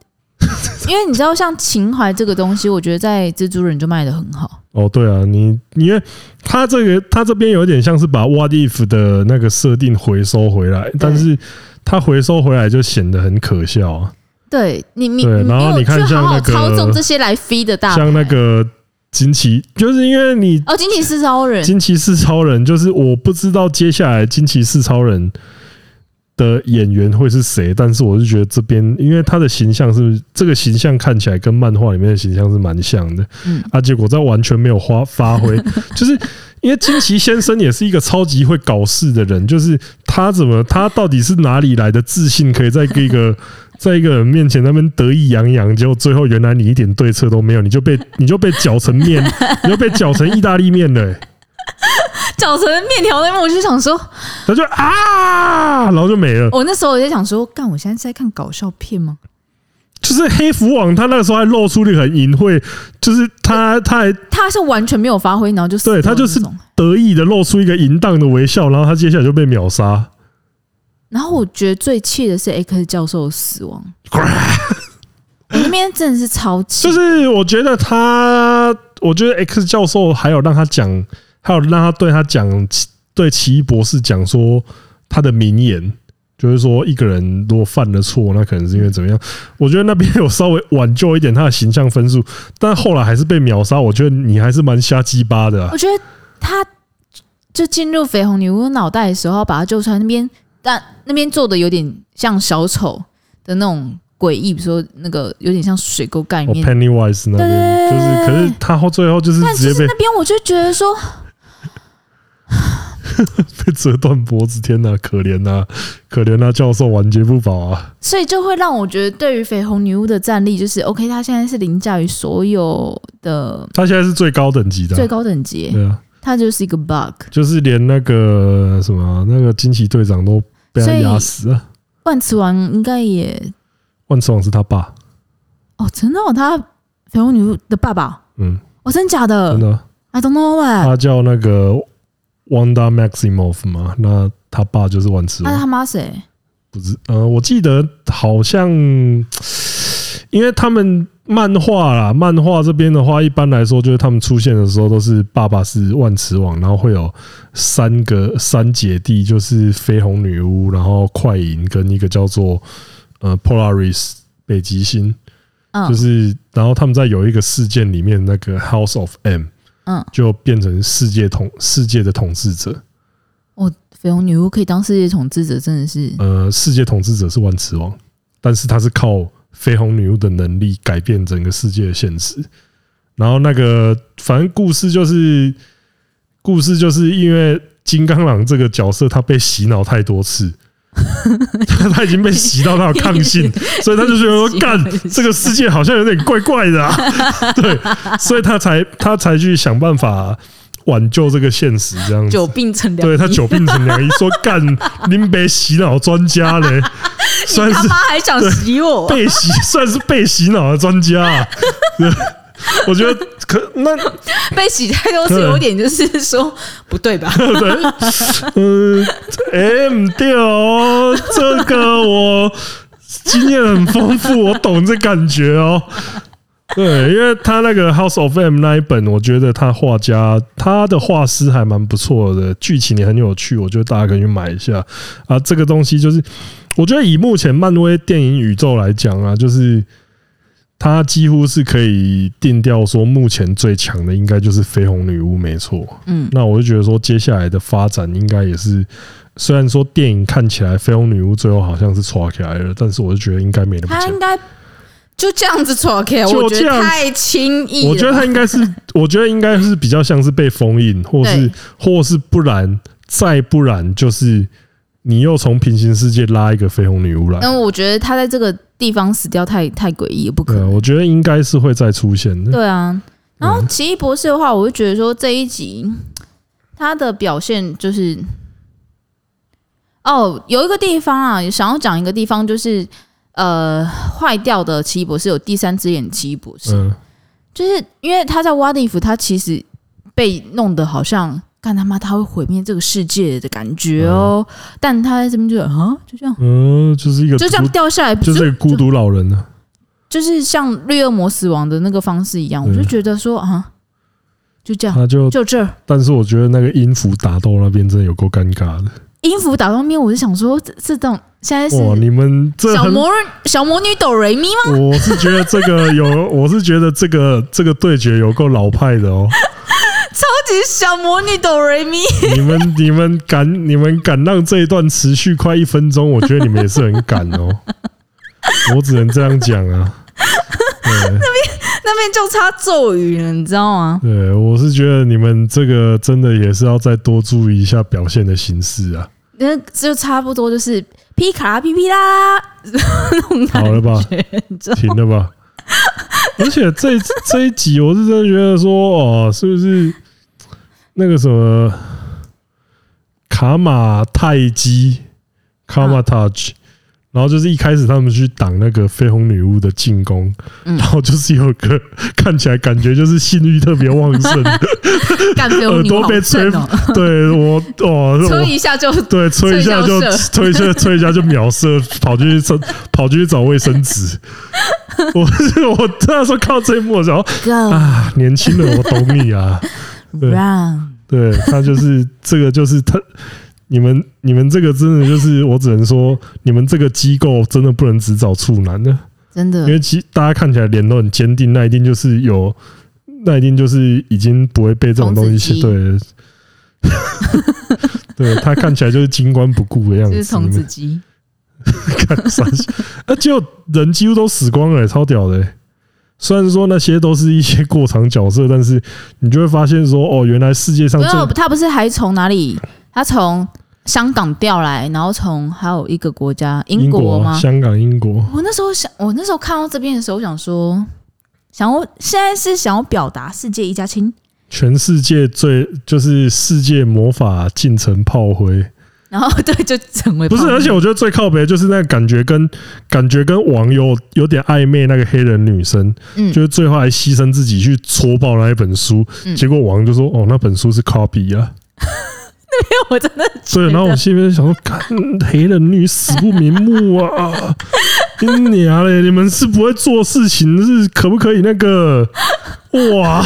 B: 因为你知道，像情怀这个东西，我觉得在蜘蛛人就卖的很好。
A: 哦，对啊，你因为他这个他这边有点像是把 What If 的那个设定回收回来，但是他回收回来就显得很可笑啊，
B: 对你，你
A: 对
B: 你
A: 然后
B: 没有
A: 你看
B: 去
A: 像
B: 好好
A: 那个
B: 操纵这些来飞的大牌，
A: 像那个惊奇，就是因为你
B: 哦，仅仅是超人，
A: 惊奇四超人，就是我不知道接下来惊奇四超人的演员会是谁，但是我是觉得这边，因为他的形象是这个形象看起来跟漫画里面的形象是蛮像的
B: 嗯，
A: 啊，结果在完全没有发发挥，就是因为惊奇先生也是一个超级会搞事的人，就是他怎么他到底是哪里来的自信，可以在一个 在一个人面前那边得意洋洋，结果最后原来你一点对策都没有，你就被你就被搅成面，你就被搅成意大利面了、欸
B: 搅成面条那边，我就想说，
A: 他就啊，然后就没了。
B: 我那时候我就想说，干，我现在是在看搞笑片吗？
A: 就是黑蝠网，他那个时候还露出那个很隐晦，就是他他还
B: 他是完全没有发挥，然后就死
A: 对
B: 掉
A: 他就是
B: 那种
A: 得意的露出一个淫荡的微笑，然后他接下来就被秒杀。
B: 然后我觉得最气的是 X 教授的死亡， 我那边真的是超气，
A: 就是我觉得他，我觉得 X 教授还有让他讲，还有让他对他讲，对奇异博士讲说他的名言，就是说一个人如果犯了错，那可能是因为怎么样。我觉得那边有稍微挽救一点他的形象分数，但后来还是被秒杀。我觉得你还是蛮瞎鸡巴的啊、
B: 我觉得他就进入绯红女巫脑袋的时候，把他救出来那边，但那边做的有点像小丑的那种诡异，比如说那个有点像水沟盖里
A: 哦
B: 面
A: ，Pennywise 那边就是，
B: 对
A: 可是他后最后就是
B: 但其
A: 直
B: 实
A: 接被
B: 那边我就觉得说，
A: 被折断脖子，天哪，可怜呐、可怜呐、啊教授晚节不保啊！
B: 所以就会让我觉得对于绯红女巫的战力，就是
A: 嗯
B: OK，她现在是凌驾于所有的
A: 他现在是最高等级的啊、
B: 最高等级，
A: 对啊，
B: 她就是一个 bug。
A: 就是连那个什么啊那个惊奇队长都被他压死啊！
B: 万磁王应该也
A: 万磁王是他爸，
B: 哦，真的、哦，她绯红女巫的爸爸哦，
A: 嗯，
B: 哦，真假的
A: 真的啊，
B: ？I don't know what。
A: 他叫那个 Wanda Maximoff 嘛，那他爸就是万磁
B: 那
A: 王。
B: 他妈谁？
A: 不是，呃，我记得好像，因为他们漫画啦，漫画这边的话，一般来说就是他们出现的时候都是爸爸是万磁王，然后会有三个三姐弟，就是绯红女巫，然后快银跟一个叫做呃 Polaris 北极星，
B: 嗯
A: 就是然后他们在有一个事件里面，那个 House of M
B: 嗯，
A: 就变成世界统世界的统治者，
B: 绯哦红女巫可以当世界统治者，真的是
A: 呃，世界统治者是万磁王，但是他是靠绯红女巫的能力改变整个世界的现实。然后那个，反正故事就是，故事就是因为金刚狼这个角色他被洗脑太多次， 他他已经被洗到他有抗性，所以他就觉得说，干这个世界好像有点怪怪的啊，对，所以他才他才去想办法挽救这个现实，这样子。
B: 久病成良
A: 对
B: 医。
A: 他久病成良医，说干林北洗脑专家 嘞，算
B: 你他
A: 是
B: 妈还想洗我？
A: 被洗，算是被洗脑的专家、啊。 对我觉得可那
B: 被洗太多次，
A: 对
B: 有点就是说不对 吧？
A: 嗯，哎、不对哦，这个我经验很丰富，我懂这感觉哦。 对，因为他那个《House of M》那一本，我觉得他画家他的画师还蛮不错的，剧情也很有趣，我觉得大家可以去买一下啊。这个东西就是，我觉得以目前漫威电影宇宙来讲啊，就是他几乎是可以定调说，目前最强的应该就是绯红女巫，没错。
B: 嗯，
A: 那我就觉得说，接下来的发展应该也是，虽然说电影看起来《绯红女巫》最后好像是垮起来了，但是我就觉得应该没那么
B: 他
A: 强
B: 应。该就这样子错开，
A: 就
B: 我觉
A: 这样
B: 得
A: 子
B: 太轻易了吧。
A: 我觉得他应该 是，我觉得应该是比较像是被封印，或是
B: 对
A: 或是不然，再不然就是你又从平行世界拉一个绯红女巫来。
B: 但嗯我觉得他在这个地方死掉太太诡异，也不可
A: 对啊，
B: 能。
A: 我觉得应该是会再出现的。
B: 对啊，然
A: 嗯
B: 后奇异博士的话，我就觉得说这一集他的表现就是，哦，有一个地方啊，想要讲一个地方就是，呃，坏掉的奇异博士有第三只眼奇异博士，
A: 嗯，
B: 就是因为他在挖地府，他其实被弄得好像。干他妈，他会毁灭这个世界的感觉哦！但他在这边就啊，就这样，
A: 嗯，就是一个
B: 就这样
A: 孤
B: 掉下来，
A: 就是一个孤独老人啊呢、
B: 就是像绿恶魔死亡的那个方式一样，我就
A: 嗯
B: 觉得说啊，就这样，
A: 他就，
B: 就这儿。
A: 但是我觉得那个音符打斗那边真的有够尴尬的。
B: 音符打到面，我就想说，这这种现在是
A: 哇，你们这
B: 小
A: 很
B: 魔人、小魔女哆瑞咪吗？
A: 我是觉得这个有， 我是觉得这个这个对决有够老派的哦！
B: 不仅小魔女哆瑞咪，
A: 你们你们敢你们敢让这一段持续快一分钟，我觉得你们也是很敢哦。我只能这样讲啊。对，
B: 那边就差咒语了，你知道吗？
A: 对，我是觉得你们这个真的也是要再多注意一下表现的形式啊。
B: 那就差不多就是噼卡啦噼噼啦啦那种感
A: 好了吧，
B: 觉，你知道
A: 停了吧。而且 这一这一集，我是真的觉得说，哦，是不是那个什么卡马泰基卡马塔吉？然后就是一开始他们去挡那个绯红女巫的进攻，
B: 嗯
A: 然后就是有个看起来感觉就是性欲特别旺盛 的，
B: 干杯，我
A: 耳
B: 女
A: 朵
B: 好
A: 被吹
B: 正哦，
A: 对我，哦，
B: 吹
A: 我
B: 一下就
A: 对，吹一下就 吹一下，吹一下就秒射，跑去找跑去找卫生纸。我我那时候看到这一幕，我想说
B: go
A: 啊，年轻人，我懂你啊。 对
B: round。
A: 对他就是这个，就是他，你们你们这个真的就是，我只能说，你们这个机构真的不能只找处男的，
B: 真的
A: 因，为其大家看起来脸都很坚定，那一定就是有，那一定就是已经不会被这种东西
B: 童
A: 对。 对他看起来就是金冠不顾的样
B: 就
A: 子，
B: 是童子鸡，
A: 看三小，那结果人几乎都死光了、超屌的、欸虽然说那些都是一些过场角色，但是你就会发现说，哦，原来世界上
B: 没有
A: 这
B: 他不是还从哪里他从香港调来，然后从还有一个国家
A: 英啊
B: 英国吗？
A: 香港、英国，
B: 我那时候想，我那时候看到这边的时候，我想说，想要现在是想要表达世界一家亲，
A: 全世界最就是世界魔法进程炮灰，
B: 然后 对，就成为
A: 不是？
B: 泡沫
A: 而且我觉得最靠北就是那个感觉跟感觉跟网友有点暧昧那个黑人女生，
B: 嗯
A: 就是最后还牺牲自己去戳爆那一本书，
B: 嗯
A: 结果网就说哦那本书是 copy 啊，
B: 我真的
A: 对，然后我心里面想说，看黑人女死不瞑目啊！啊你娘嘞，你们是不会做事情，是可不可以那个？哇！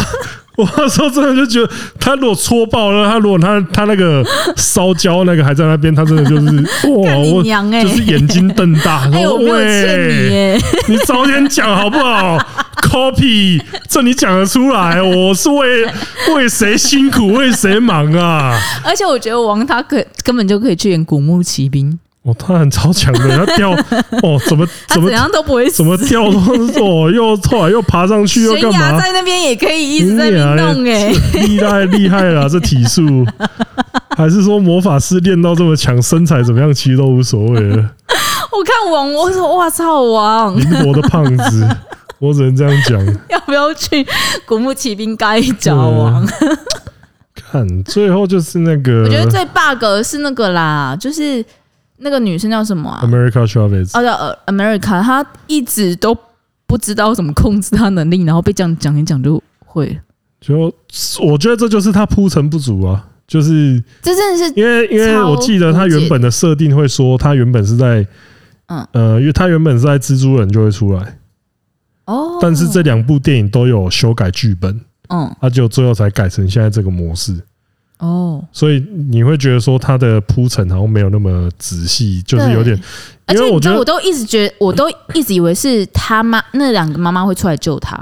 A: 我那时候真的就觉得，他如果戳爆了，他如果他他那个烧焦那个还在那边，他真的就是哇，
B: 干你
A: 哦我
B: 娘欸
A: 就是眼睛瞪大，
B: 哎、
A: 然后
B: 我没有欠你欸
A: 喂，
B: 耶，
A: 你早点讲好不好？Copy，这你讲得出来？我是为为谁辛苦为谁忙啊？
B: 而且我觉得王他可根本就可以去演古墓奇兵，
A: 哦，他很超强的，他 掉哦，怎么怎
B: 他怎
A: 么
B: 样都不会死
A: 怎么掉都是哦，又后来又爬上去又
B: 悬
A: 干
B: 崖
A: 嘛？啊
B: 在那边也可以一直在那边弄哎、
A: 厉害厉害啦，这体术，还是说魔法师练到这么强，身材怎么样其实都无所谓 了。
B: 我看王，我说哇操王，
A: 灵活的胖子，我只能这样讲。
B: 要不要去古墓奇兵盖一脚王？
A: 看，最后就是那个
B: 我觉得最 bug 的是那个啦，就是那个女生叫什么啊？
A: America Chavez，
B: 哦，叫呃 America，她一直都不知道怎么控制她能力，然后被这样讲一讲就会了。
A: 就我觉得这就是他铺陈不足啊，就是
B: 这真的是
A: 因为因为我记得他原本的设定会说，他原本是在，
B: 嗯
A: 呃，因为他原本是在蜘蛛人就会出来，
B: 哦，
A: 但是这两部电影都有修改剧本，
B: 嗯
A: 他就最后才改成现在这个模式，
B: 哦，
A: 所以你会觉得说他的铺陈好像没有那么仔细，就是有点，
B: 而
A: 因
B: 且
A: 为
B: 你
A: 我
B: 知
A: 觉
B: 道，我
A: 得
B: 都一直觉得，我都一直以为是他妈那两个妈妈会出来救她。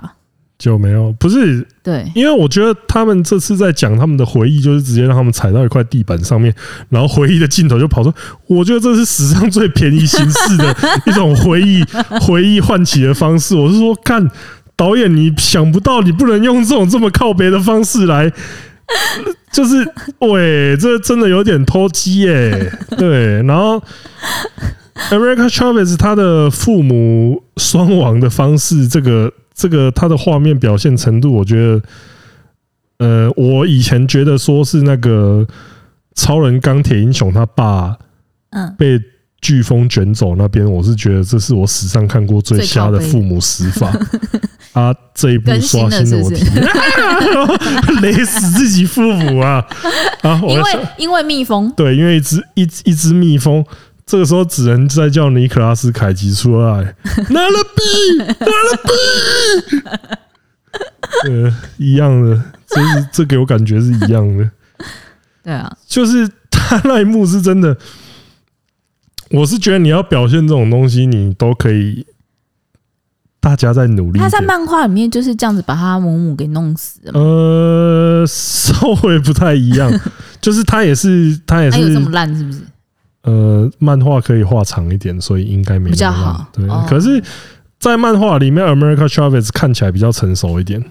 A: 就没有不是，
B: 对，
A: 因为我觉得他们这次在讲他们的回忆，就是直接让他们踩到一块地板上面，然后回忆的镜头就跑出。我觉得这是史上最便宜形式的 一种回忆 回忆唤起的方式。我是说，看导演，你想不到，你不能用这种这么靠别的方式来。就是， 喂，这真的有点偷鸡耶、对，然后 America Chavez 他的父母双亡的方式，这个这个他的画面表现程度，我觉得，呃，我以前觉得说是那个超人钢铁英雄他爸
B: 嗯，
A: 被飓风卷走那边，我是觉得这是我史上看过最瞎的父母死法。啊，这一部刷新了我体验， 勒死自己父母啊！啊，我
B: 因
A: 要
B: 为
A: 想
B: 因为蜜蜂，
A: 对，因为一只一只一只蜜蜂，这个时候只能再叫尼克拉斯凯奇出 来，拿了币，拿了 币，呃，一样的，这是这给我感觉是一样的，
B: 对啊，
A: 就是他那一幕是真的，我是觉得你要表现这种东西，你都可以，大家在努力一
B: 他
A: 点，
B: 在漫画里面就是这样子把他母母给弄死的嘛，
A: 呃，稍微不太一 样，就是他也是他也
B: 他有这么
A: 是
B: 烂是不是？
A: 呃，漫画可以画长一点，所以应该没那么
B: 比较好
A: 烂对，
B: 哦
A: 可是，在漫画里面，America Chavez 看起来比较成熟一点。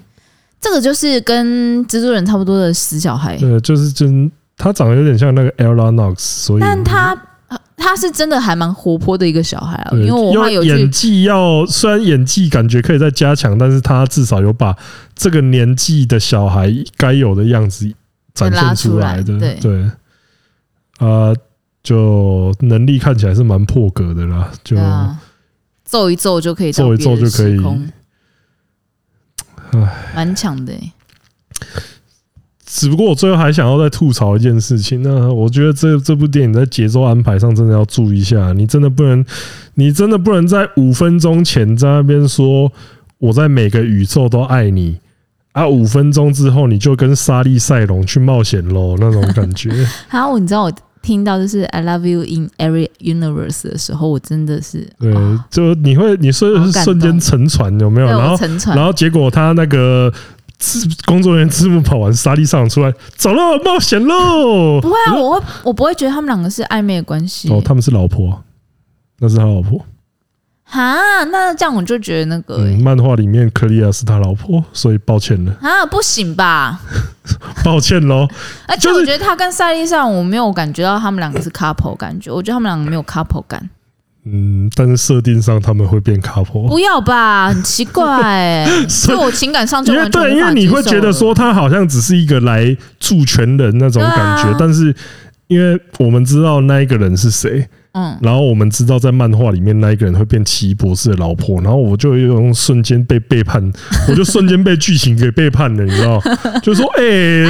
B: 这个就是跟蜘蛛人差不多的死小孩，
A: 对，就是真，他长得有点像那个 Ella Knox，所以
B: 但他他是真的还蛮活泼的一个小孩啊，
A: 对
B: 因为
A: 嗯
B: 我
A: 要
B: 还有
A: 演
B: 去
A: 技要，虽然演技感觉可以再加强，但是他至少有把这个年纪的小孩该有的样子展现来
B: 拉出
A: 的。
B: 来对
A: 对，啊、就能力看起来是蛮破格的啦，就
B: 对啊揍一揍就可以到
A: 揍一
B: 别的
A: 揍就可以
B: 时空蛮强的欸、
A: 只不过我最后还想要再吐槽一件事情，那我觉得这这部电影在节奏安排上真的要注意一下，你真的不能，你真的不能在五分钟前在那边说我在每个宇宙都爱你啊，五分钟之后你就跟莎莉赛隆去冒险喽，那种感 觉。
B: 还有你知道我听到就是 I love you in every universe 的时候，我真的是
A: 对
B: 啊，
A: 就你会你
B: 好
A: 瞬
B: 感动
A: 瞬间沉船有没有？
B: 对
A: 然
B: 我
A: 后
B: 沉船
A: 然，后结果他那个。字工作人员字幕跑完，莎莉上出来，走喽，冒险喽！
B: 不会啊，我嗯
A: 哦
B: 会我不会觉得他们两个是暧昧的关系、
A: 哦，他们是老婆，那是他老婆。
B: 哈，那这样我就觉得那个、欸
A: 嗯，漫画里面克利亚是他老婆，所以抱歉了，
B: 啊，不行吧？
A: 抱歉喽。
B: 而且
A: 就是
B: 我觉得他跟赛丽莎，我没有感觉到他们两个是 couple 感觉，我觉得他们两个没有 couple 感。
A: 嗯，但是设定上他们会变 couple，
B: 不要 吧，很奇怪、欸，
A: 所
B: 就
A: 以
B: 我情感上就
A: 因为
B: 完全
A: 对，
B: 无
A: 因
B: 法
A: 为你
B: 接
A: 会
B: 受
A: 觉得
B: 了
A: 说他好像只是一个来助权人那种感觉，
B: 对啊
A: 但是因为我们知道那一个人是谁，
B: 嗯，
A: 然后我们知道在漫画里面那一个人会变奇异博士的老婆，然后我就有种瞬间被背叛，我就瞬间被剧情给背叛了，你知 道？就说哎、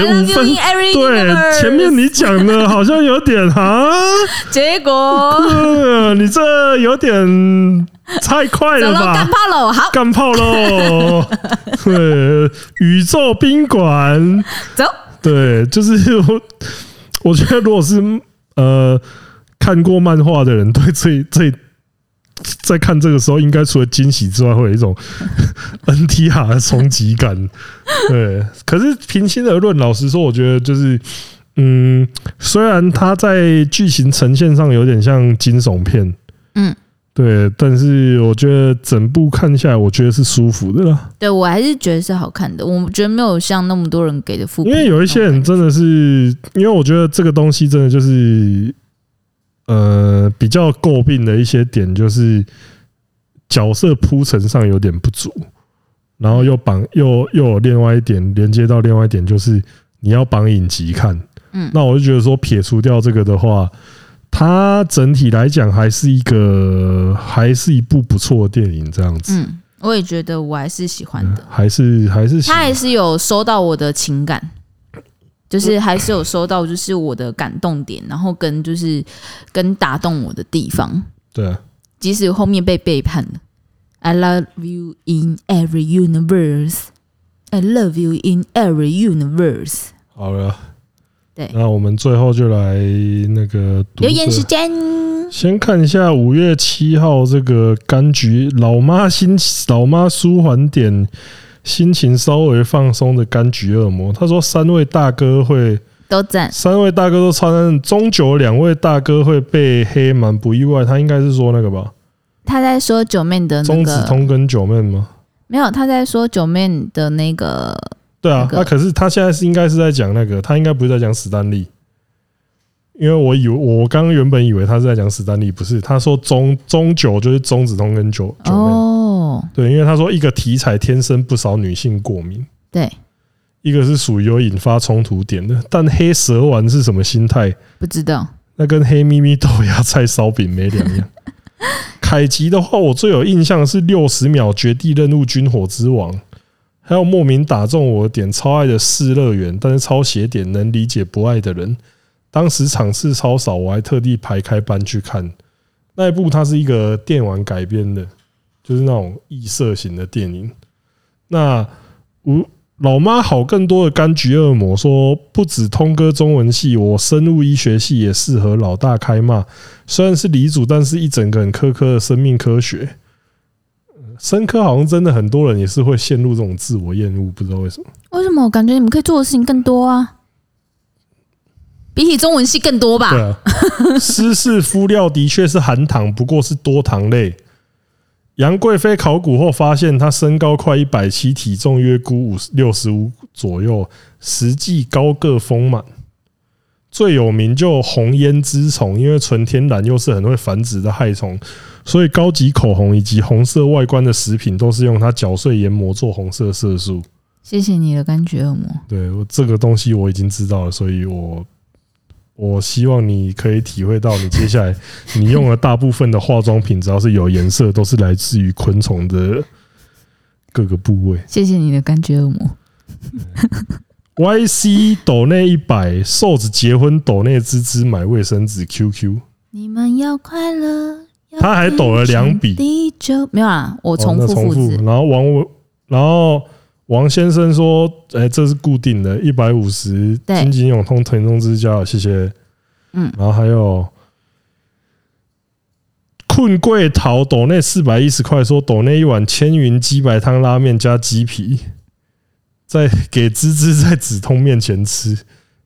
A: 五分。对，前面
B: 你
A: 你讲的好像有点啊，
B: 结 果
A: 呃你这有点太快
B: 走
A: 了
B: 了干
A: 吧？
B: 趴了，好
A: 干炮喽！ 对，宇宙宾馆，
B: 走，
A: 对，就是我， 我觉得如果是呃看过漫画的人，对这这在看这个时候，应该除了惊喜之外，会有一种 NTR 的冲击感。对，可是平心而论，老实说，我觉得就是。嗯，虽然它在剧情呈现上有点像惊悚片，
B: 嗯，
A: 对，但是我觉得整部看下来，我觉得是舒服的啦。
B: 对我还是觉得是好看的，我觉得没有像那么多人给的负评，
A: 因为有一些人真的是，因为我觉得这个东西真的就是，呃，比较诟病的一些点就是角色铺陈上有点不足，然后又绑又又有另外一点连接到另外一点，就是你要绑影集看，
B: 嗯
A: 那我就觉得说撇除掉这个的话，它整体来讲还是一个还是一部不错的电影这样子，
B: 嗯，我也觉得我还是喜欢的，
A: 还是还是喜
B: 嗯他还是有收到我的情感。就是还是有收到，就是我的感动点，然后跟就是跟打动我的地方，
A: 对啊。
B: 即使后面被背叛了。I love you in every universe. I love you in every universe.
A: 好了，
B: 对
A: 那我们最后就来那个读
B: 留言
A: 者
B: 时间，
A: 先看一下五月七号这个柑橘老妈心老妈舒缓点，心情稍微放松的柑橘恶魔，他说三位大哥会
B: 都赞。
A: 三位大哥都超担任，终究两位大哥会被黑，蛮不意外。他应该是说那个吧，
B: 他在说九妹的那
A: 中子
B: 个
A: 通跟九妹吗？
B: 没有，他在说九妹的那个
A: 对啊，
B: 那
A: 那、
B: 个
A: 可是他现在是应该是在讲那个，他应该不是在讲史丹利，因为我以为我刚原本以为他是在讲史丹利，不是，他说中中九就是中子通跟九九妹，
B: 哦，
A: 对，因为他说一个题材天生不少女性过敏，
B: 对，
A: 一个是属于有引发冲突点的，但黑蛇丸是什么心态？
B: 不知道
A: 那跟黑咪咪豆芽菜烧饼没两样。凯吉的话，我最有印象是六十秒绝地任务《军火之王》，还有莫名打中我的点超爱的《四乐园》，但是超写点能理解不爱的人。当时场次超少，我还特地排开班去看那一部。它是一个电玩改编的，就是那种异色型的电影。那无老妈好更多的柑橘恶魔说，不止通哥中文系，我生物医学系也适合老大开骂。虽然是理组，但是一整个很苛刻的生命科学。呃生科好像真的很多人也是会陷入这种自我厌恶，不知道为什么。
B: 为什么，我感觉你们可以做的事情更多啊，比起中文系更多吧
A: 对？啊，湿式敷料的确是含糖，不过是多糖类。杨贵妃考古后发现，她身高快一百七，体重约估五六十五左右，实际高个丰满。最有名就红胭脂虫，因为纯天然又是很会繁殖的害虫，所以高级口红以及红色外观的食品都是用它搅碎研磨做红色色素。
B: 谢谢你的感觉恶魔，
A: 对我这个东西我已经知道了，所以我我希望你可以体会到，你接下来你用的大部分的化妆品，只要是有颜色，都是来自于昆虫的各个部位。
B: 谢谢你的感觉恶魔，
A: Y C 斗内一百，瘦子结婚斗内芝芝买卫生纸 Q Q，
B: 你们要快乐。要
A: 他还抖了两笔
B: 地久没有啊，我重
A: 哦
B: 复
A: 那重
B: 复
A: 复
B: 制。。
A: 然后王文，然后王先生说：“哎、这是固定的，一百五十
B: 对
A: 金井永通腾中之家，谢谢。”
B: 嗯
A: 然后还有困贵桃斗内四百一十块，说斗内一碗千云鸡白汤拉面加鸡皮，在给芝芝在止痛面前吃。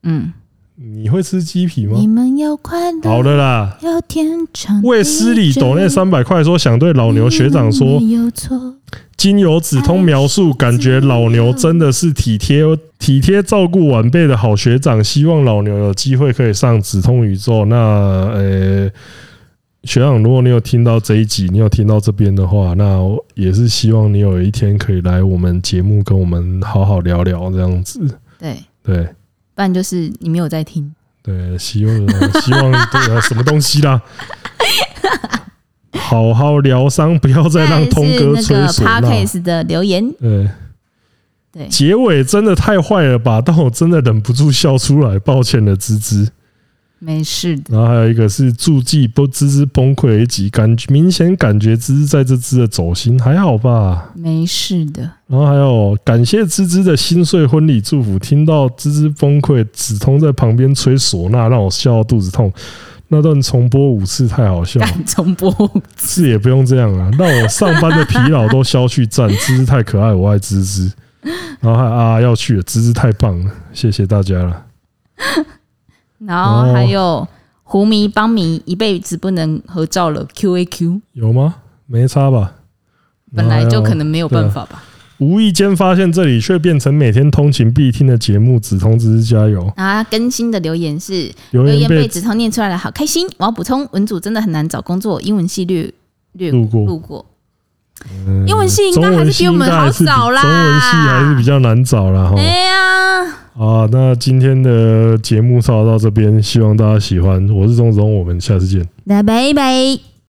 B: 嗯，
A: 你会吃鸡皮吗
B: 你？们要快乐，
A: 好的啦，
B: 要天长地久。
A: 为失礼抖那三百块，说想对老牛学长说，
B: 没有错，
A: 经由子通描述，感觉老牛真的是体贴体贴照顾晚辈的好学长。希望老牛有机会可以上子通宇宙。那呃、学长，如果你有听到这一集，你有听到这边的话，那我也是希望你有一天可以来我们节目跟我们好好聊聊这样子。
B: 对，
A: 对
B: 不然就是你没有在听。
A: 对，希望希望 对啊，什么东西啦？ 好好疗伤，不要再让通哥
B: 那是
A: 吹
B: 那个
A: 唢呐。
B: podcast 的留言，
A: 对
B: 对
A: 结尾真的太坏了吧！但我真的忍不住笑出来，抱歉了，芝芝。
B: 没事的，
A: 然后还有一个是助记不芝芝崩溃了一集，感明显感觉芝芝在这支的走心还好吧。
B: 没事的，
A: 然后还有感谢芝芝的心碎婚礼祝福，听到芝芝崩溃，子通在旁边吹唢呐，让我笑到肚子痛。那段重播五次太好 笑了，
B: 敢重播，
A: 是也不用这样啊，让我上班的疲劳都消去战。芝芝太可爱，我爱芝芝。然后还有啊要去了，芝芝太棒了，谢谢大家了。
B: 然后还有
A: 哦
B: 胡迷帮迷一辈子不能合照了，Q A Q，
A: 有吗？没差吧？
B: 本来就可能没有办
A: 对啊
B: 法吧。
A: 无意间发现这里，却变成每天通勤必听的节目。只通知加油，
B: 然后他更新的留言是
A: 留
B: 留言
A: 言
B: 被
A: 被
B: 子通念出来了，好开心！我要补充，文组真的很难找工作，英文系略略
A: 路过。
B: 路过，
A: 嗯
C: 英文系应该
A: 中
C: 还
A: 文
C: 是
A: 系
C: 比我们
A: 应该还是比
C: 好找啦
A: 中文系还是比较难找啦。哈。
B: 哎呀，
A: 啊，那今天的节目到到这边，希望大家喜欢。我是钟子通，我们下次见。
B: 那拜拜。